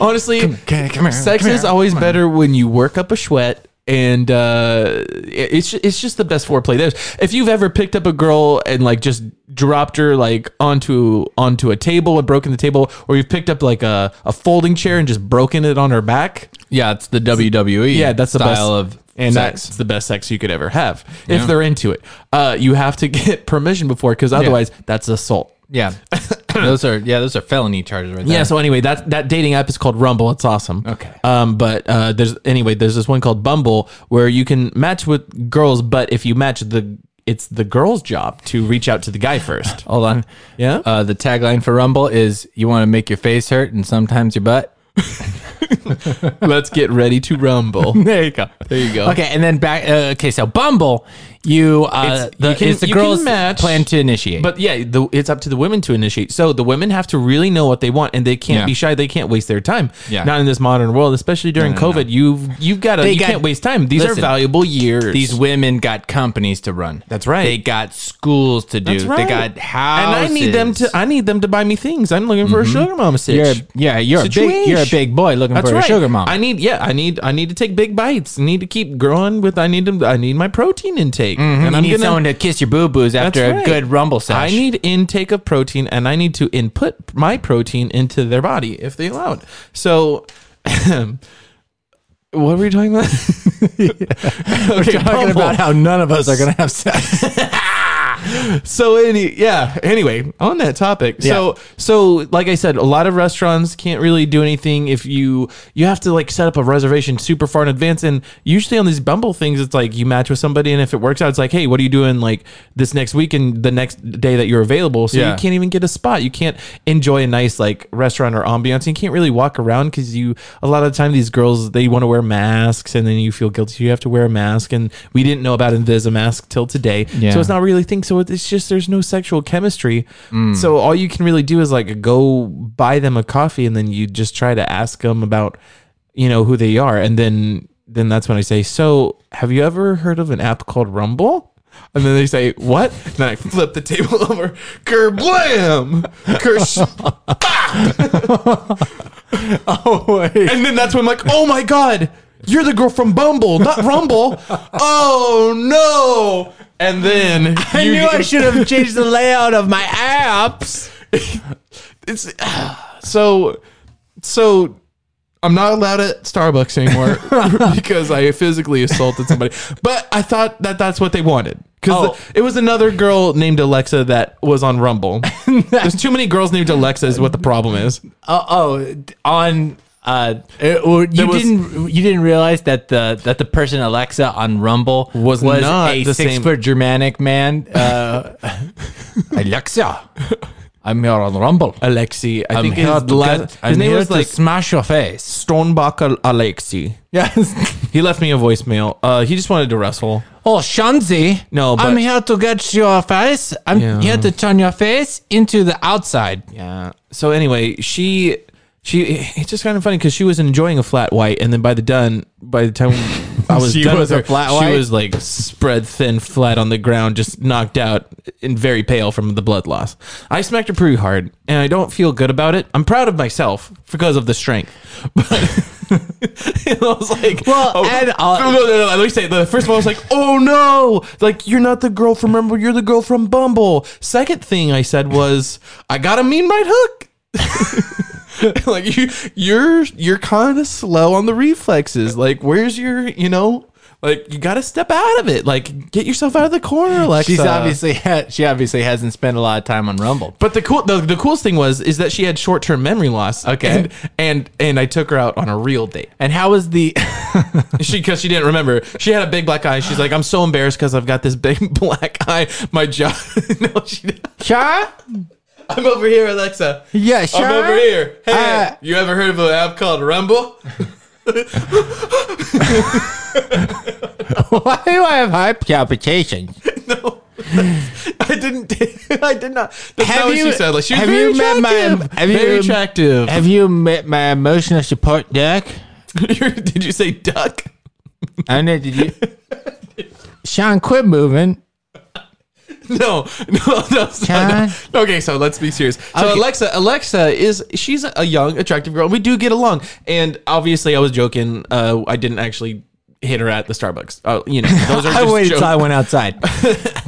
Speaker 3: Honestly,
Speaker 2: Okay, come here.
Speaker 3: sex
Speaker 2: come
Speaker 3: is
Speaker 2: here.
Speaker 3: always better when you work up a sweat and uh it- it's ju- it's just the best foreplay there's if you've ever picked up a girl and like just dropped her like onto onto a table and broken the table or you've picked up like a, a folding chair and just broken it on her back
Speaker 2: Yeah, it's the WWE.
Speaker 3: yeah that's the
Speaker 2: style
Speaker 3: best
Speaker 2: of
Speaker 3: and
Speaker 2: sex.
Speaker 3: that's the best sex you could ever have if they're into it uh you have to get permission before because otherwise that's assault
Speaker 2: yeah, those are yeah, those are felony charges right there.
Speaker 3: Yeah. So anyway, that that dating app is called Rumble. It's awesome.
Speaker 2: Okay.
Speaker 3: Um, but uh, there's anyway, there's this one called Bumble where you can match with girls, but if you match the, it's the girl's job to reach out to the guy first.
Speaker 2: Hold on.
Speaker 3: Yeah?
Speaker 2: Uh, the tagline for Rumble is "You want to make your face hurt and sometimes your butt."
Speaker 3: Let's get ready to rumble.
Speaker 2: There you go.
Speaker 3: There you go.
Speaker 2: Okay, and then back. Uh, okay, so Bumble, you uh,
Speaker 3: It's-
Speaker 2: the,
Speaker 3: you can-
Speaker 2: it's the
Speaker 3: you can
Speaker 2: girls
Speaker 3: match,
Speaker 2: plan to initiate.
Speaker 3: But yeah, the, it's up to the women to initiate. So the women have to really know what they want, and they can't
Speaker 2: Yeah.
Speaker 3: be shy. They can't waste their time.
Speaker 2: Yeah.
Speaker 3: Not in this modern world, especially during COVID. You've you've got to
Speaker 2: They
Speaker 3: you
Speaker 2: got-
Speaker 3: can't waste time. These
Speaker 2: Listen,
Speaker 3: are valuable years.
Speaker 2: these women got companies to run.
Speaker 3: That's right.
Speaker 2: They got schools to do.
Speaker 3: That's
Speaker 2: They
Speaker 3: right.
Speaker 2: got houses. Mm-hmm.
Speaker 3: And I need them to. I need them to buy me things. I'm looking for a sugar mama sitch.
Speaker 2: You're, yeah, you're a big.
Speaker 3: Situation.
Speaker 2: You're a big boy looking
Speaker 3: That's
Speaker 2: for
Speaker 3: right.
Speaker 2: a sugar mom.
Speaker 3: I need. Yeah, I need. I need to take big bites. I need to keep growing with. I need to. I need my protein intake. And
Speaker 2: Mm-hmm. you
Speaker 3: I'm
Speaker 2: need
Speaker 3: gonna.
Speaker 2: someone to kiss your boo boos
Speaker 3: that's
Speaker 2: after a
Speaker 3: right.
Speaker 2: good Rumble sesh.
Speaker 3: I need intake of protein, and I need to input my protein into their body if they allow it. So. What were we talking about? okay,
Speaker 2: talking
Speaker 3: Bumble.
Speaker 2: about how none of us are gonna have sex.
Speaker 3: So any yeah. Anyway, on that topic. So so like I said, a lot of restaurants can't really do anything if you you have to like set up a reservation super far in advance. And usually on these Bumble things, it's like you match with somebody, and if it works out, it's like, hey, what are you doing like this next week and the next day that you're available? So
Speaker 2: Yeah.
Speaker 3: you can't even get a spot. You can't enjoy a nice like restaurant or ambiance. You can't really walk around because you a lot of the time these girls they want to wear masks, and then you feel guilty. You have to wear a mask, and we didn't know about Invisa mask till today.
Speaker 2: Yeah.
Speaker 3: So it's not really a thing. So it's just there's no sexual chemistry. So all you can really do is like go buy them a coffee and then you just try to ask them about, you know, who they are. And then then that's when I say, So have you ever heard of an app called Rumble? And then they say, What? And then I flip the table over. Kerblam! Kersh.
Speaker 2: oh wait.
Speaker 3: And then that's when I'm like, Oh my God, you're the girl from Bumble, not Rumble. oh no. And then
Speaker 2: I
Speaker 3: you
Speaker 2: knew
Speaker 3: get-
Speaker 2: I should have changed the layout of my apps.
Speaker 3: it's so so I'm not allowed at Starbucks anymore because I physically assaulted somebody. But I thought that that's what they wanted because
Speaker 2: Oh.
Speaker 3: it was another girl named Alexa that was on Rumble. There's too many girls named Alexa is what the problem is.
Speaker 2: Oh, oh d- on uh, it- or you
Speaker 3: was-
Speaker 2: didn't you didn't realize that the that the person Alexa on Rumble
Speaker 3: Was not
Speaker 2: a
Speaker 3: the
Speaker 2: six
Speaker 3: same-
Speaker 2: foot Germanic man. Uh, Alexa, I'm here on Rumble.
Speaker 3: Alexi, I
Speaker 2: I'm
Speaker 3: think
Speaker 2: here
Speaker 3: his,
Speaker 2: to
Speaker 3: la-
Speaker 2: get-
Speaker 3: his
Speaker 2: I'm
Speaker 3: name
Speaker 2: here
Speaker 3: was
Speaker 2: to
Speaker 3: like
Speaker 2: smash your face.
Speaker 3: Stonebacher Alexi.
Speaker 2: Yes.
Speaker 3: He left me a voicemail. Uh, he just wanted to wrestle.
Speaker 2: Oh, Shanzi.
Speaker 3: No, but-
Speaker 2: I'm here to get your face. I'm
Speaker 3: Yeah.
Speaker 2: here to turn your face into the outside.
Speaker 3: Yeah. So anyway, she she it's just kind of funny because she was enjoying a flat white, and then by the done by the time
Speaker 6: I was
Speaker 3: She
Speaker 6: done
Speaker 3: was
Speaker 6: with her.
Speaker 3: a flat
Speaker 6: she
Speaker 3: white?
Speaker 6: was like spread thin, flat on the ground, just knocked out and very pale from the blood loss.
Speaker 3: I smacked her pretty hard, and I don't feel good about it. I'm proud of myself because of the strength. But and I was like, oh,
Speaker 2: Well, and I'll-
Speaker 3: no, no, no, no, let me say it. the first one I was like, oh no, like you're not the girl from Rumble, you're the girl from Bumble. Second thing I said was, I got a mean right hook. like you, you're you're kind of slow on the reflexes. Like, where's your, you know, like you got to step out of it. Like, get yourself out of the corner, Alexa.
Speaker 2: She's obviously she obviously hasn't spent a lot of time on Rumble.
Speaker 3: But the cool the, the coolest thing was is that she had short term memory loss.
Speaker 2: Okay.
Speaker 3: And, and and I took her out on a real date.
Speaker 2: And how was the
Speaker 3: She because she didn't remember. She had a big black eye. She's like, I'm so embarrassed because I've got this big black eye. My jaw. no, she. didn't.
Speaker 2: Sha?
Speaker 3: I'm over here, Alexa.
Speaker 2: Yeah,
Speaker 3: I'm
Speaker 2: Sha.
Speaker 3: over here. Hey,
Speaker 2: Uh,
Speaker 3: you ever heard of an app called Rumble?
Speaker 2: Why do I have high palpitations?
Speaker 3: I didn't. I did not. That's
Speaker 2: Have
Speaker 3: not what
Speaker 2: you-
Speaker 3: she said. Like she was
Speaker 2: have
Speaker 3: very
Speaker 2: you met my-
Speaker 3: attractive.
Speaker 2: have you-
Speaker 3: very attractive.
Speaker 2: Have you met my emotional support duck?
Speaker 3: did you say duck?
Speaker 2: I know did you Sean quit moving.
Speaker 3: No, no, no, no,
Speaker 2: John?
Speaker 3: no. Okay, so let's be serious. So
Speaker 2: Okay.
Speaker 3: Alexa, Alexa is she's a young, attractive girl. We do get along, and obviously, I was joking. Uh, I didn't actually hit her at the Starbucks. Uh, you know, those are
Speaker 2: I
Speaker 3: just
Speaker 2: waited till I
Speaker 3: jokes.
Speaker 2: went outside.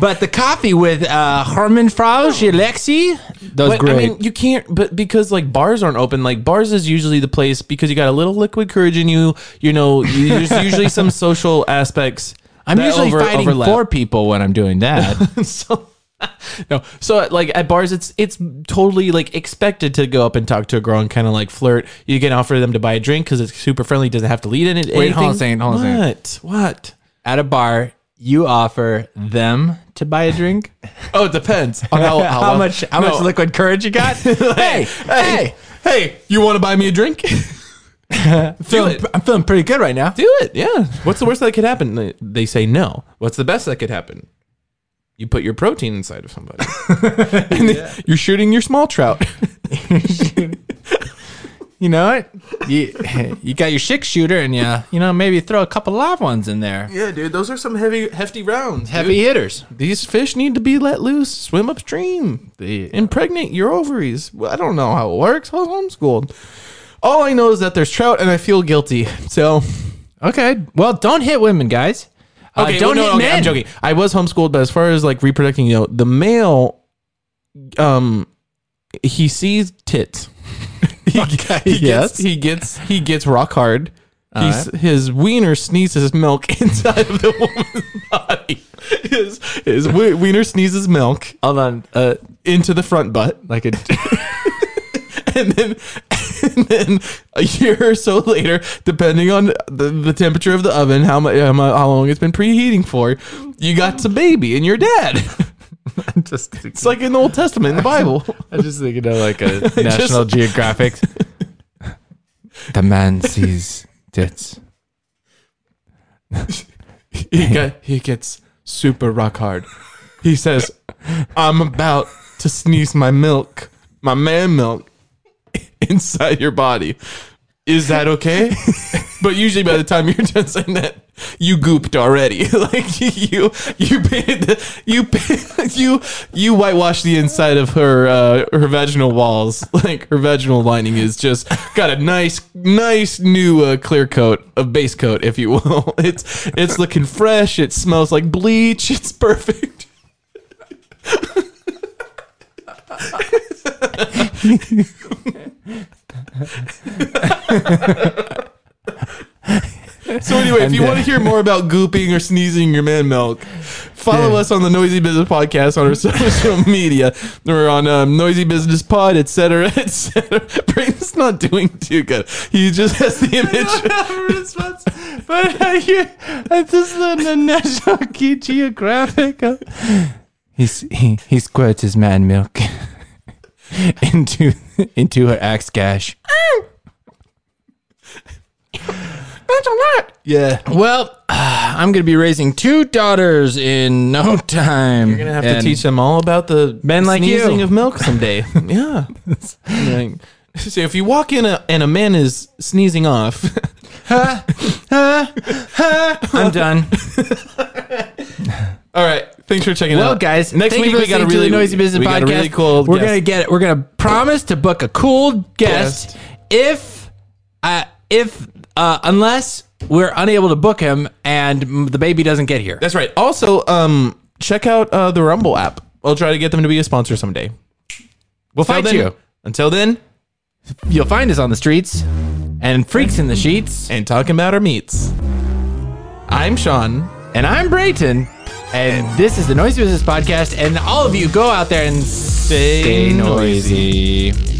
Speaker 2: but the coffee with uh Herman Frau Alexi, that was
Speaker 3: But,
Speaker 2: great.
Speaker 3: I mean, you can't, but because like bars aren't open, like bars is usually the place because you got a little liquid courage in you. You know, you- there's usually some social aspects.
Speaker 2: I'm
Speaker 3: that
Speaker 2: usually
Speaker 3: over-
Speaker 2: fighting
Speaker 3: overlap.
Speaker 2: for people when I'm doing that.
Speaker 3: so no so like at bars it's it's totally like expected to go up and talk to a girl and kind of like flirt you can offer them to buy a drink because it's super friendly doesn't have to lead in it
Speaker 2: Wait, hold on a
Speaker 3: anything.
Speaker 2: second, hold on a second.
Speaker 3: what what
Speaker 2: At a bar, you offer them to buy a drink.
Speaker 3: oh it depends on how, how, well-
Speaker 2: much how
Speaker 3: No.
Speaker 2: much liquid courage you got? hey, hey,
Speaker 3: hey you want to buy me a drink do it
Speaker 2: I'm feeling pretty good right now.
Speaker 3: do it yeah what's the worst that could happen They- they say no what's the best that could happen you put your protein inside of somebody and then you're shooting your small trout
Speaker 2: You know what? You, you got your six shooter and you, you know, maybe throw a couple live ones in there.
Speaker 3: yeah dude those are some heavy hefty rounds
Speaker 2: Heavy hitters.
Speaker 3: These fish need to be let loose, swim upstream, impregnate your ovaries. Well, I don't know how it works. I was homeschooled. All I know is that there's trout, and I feel guilty. So,
Speaker 2: Okay. Well, don't hit women, guys. Uh, don't hit men.
Speaker 3: I'm joking. I was homeschooled, but as far as like reproducting, you know, the male, um, he sees tits. he, he
Speaker 2: yes.
Speaker 3: gets he gets he gets rock hard. He's, His wiener sneezes milk inside of the woman's body. His his wee- wiener sneezes milk.
Speaker 2: Hold on.
Speaker 3: uh, into the front butt, like a. and then, and then a year or so later, depending on the, the temperature of the oven, how much, how mu- how long it's been preheating for, you got some baby and you're dead.
Speaker 2: Just,
Speaker 3: It's like in the Old Testament, in the Bible.
Speaker 2: I just thinking of like a National
Speaker 3: Just-
Speaker 2: Geographic. the man sees tits.
Speaker 3: He get, he gets super rock hard. He says, "I'm about to sneeze my milk, my man milk, inside your body." Is that okay? but usually, by the time you're done saying that, you gooped already. like you, you painted the, you, painted, you, you whitewashed the inside of her, uh, her vaginal walls. Like her vaginal lining is just got a nice, nice new uh, clear coat, a base coat, if you will. It's, it's looking fresh. It smells like bleach. It's perfect. So anyway, if you want to hear more about gooping or sneezing your man milk, follow us on the Noisy Business Podcast on our social media. We're on um, Noisy Business Pod, etc., etc. Brayden's not doing too good. He just has the image.
Speaker 2: But I hear this is the National Geographic. He's, he, he squirts his man milk into into her axe gash.
Speaker 3: That's a lot. Yeah,
Speaker 2: Well, I'm going to be raising two daughters in no time. You're
Speaker 3: we're gonna have to teach them all about the
Speaker 2: Men like you.
Speaker 3: sneezing of milk someday. yeah. Like, so if you walk in a, and a man is sneezing off,
Speaker 2: I'm done.
Speaker 3: All right. Thanks for checking it
Speaker 2: Well,
Speaker 3: out.
Speaker 2: guys,
Speaker 3: next
Speaker 2: thank
Speaker 3: week
Speaker 2: you for
Speaker 3: we got a
Speaker 2: listening to
Speaker 3: really
Speaker 2: the noisy business
Speaker 3: we
Speaker 2: podcast.
Speaker 3: got a really cool.
Speaker 2: we're
Speaker 3: guest.
Speaker 2: gonna get. We're gonna promise to book a cool guest,
Speaker 3: Guest.
Speaker 2: if, uh, if uh, unless we're unable to book him and mm, the baby doesn't get here.
Speaker 3: That's right. Also, um, check out uh, the Rumble app. I'll try to get them to be a sponsor someday. We'll
Speaker 2: fight
Speaker 3: then,
Speaker 2: you.
Speaker 3: Until then,
Speaker 2: You'll find us on the streets and freaks in the sheets.
Speaker 3: and talking about our meats. I'm Sean.
Speaker 2: And I'm Brayton, and this is the Noisy Business Podcast. And all of you go out there and
Speaker 3: Stay
Speaker 2: noisy.
Speaker 3: noisy.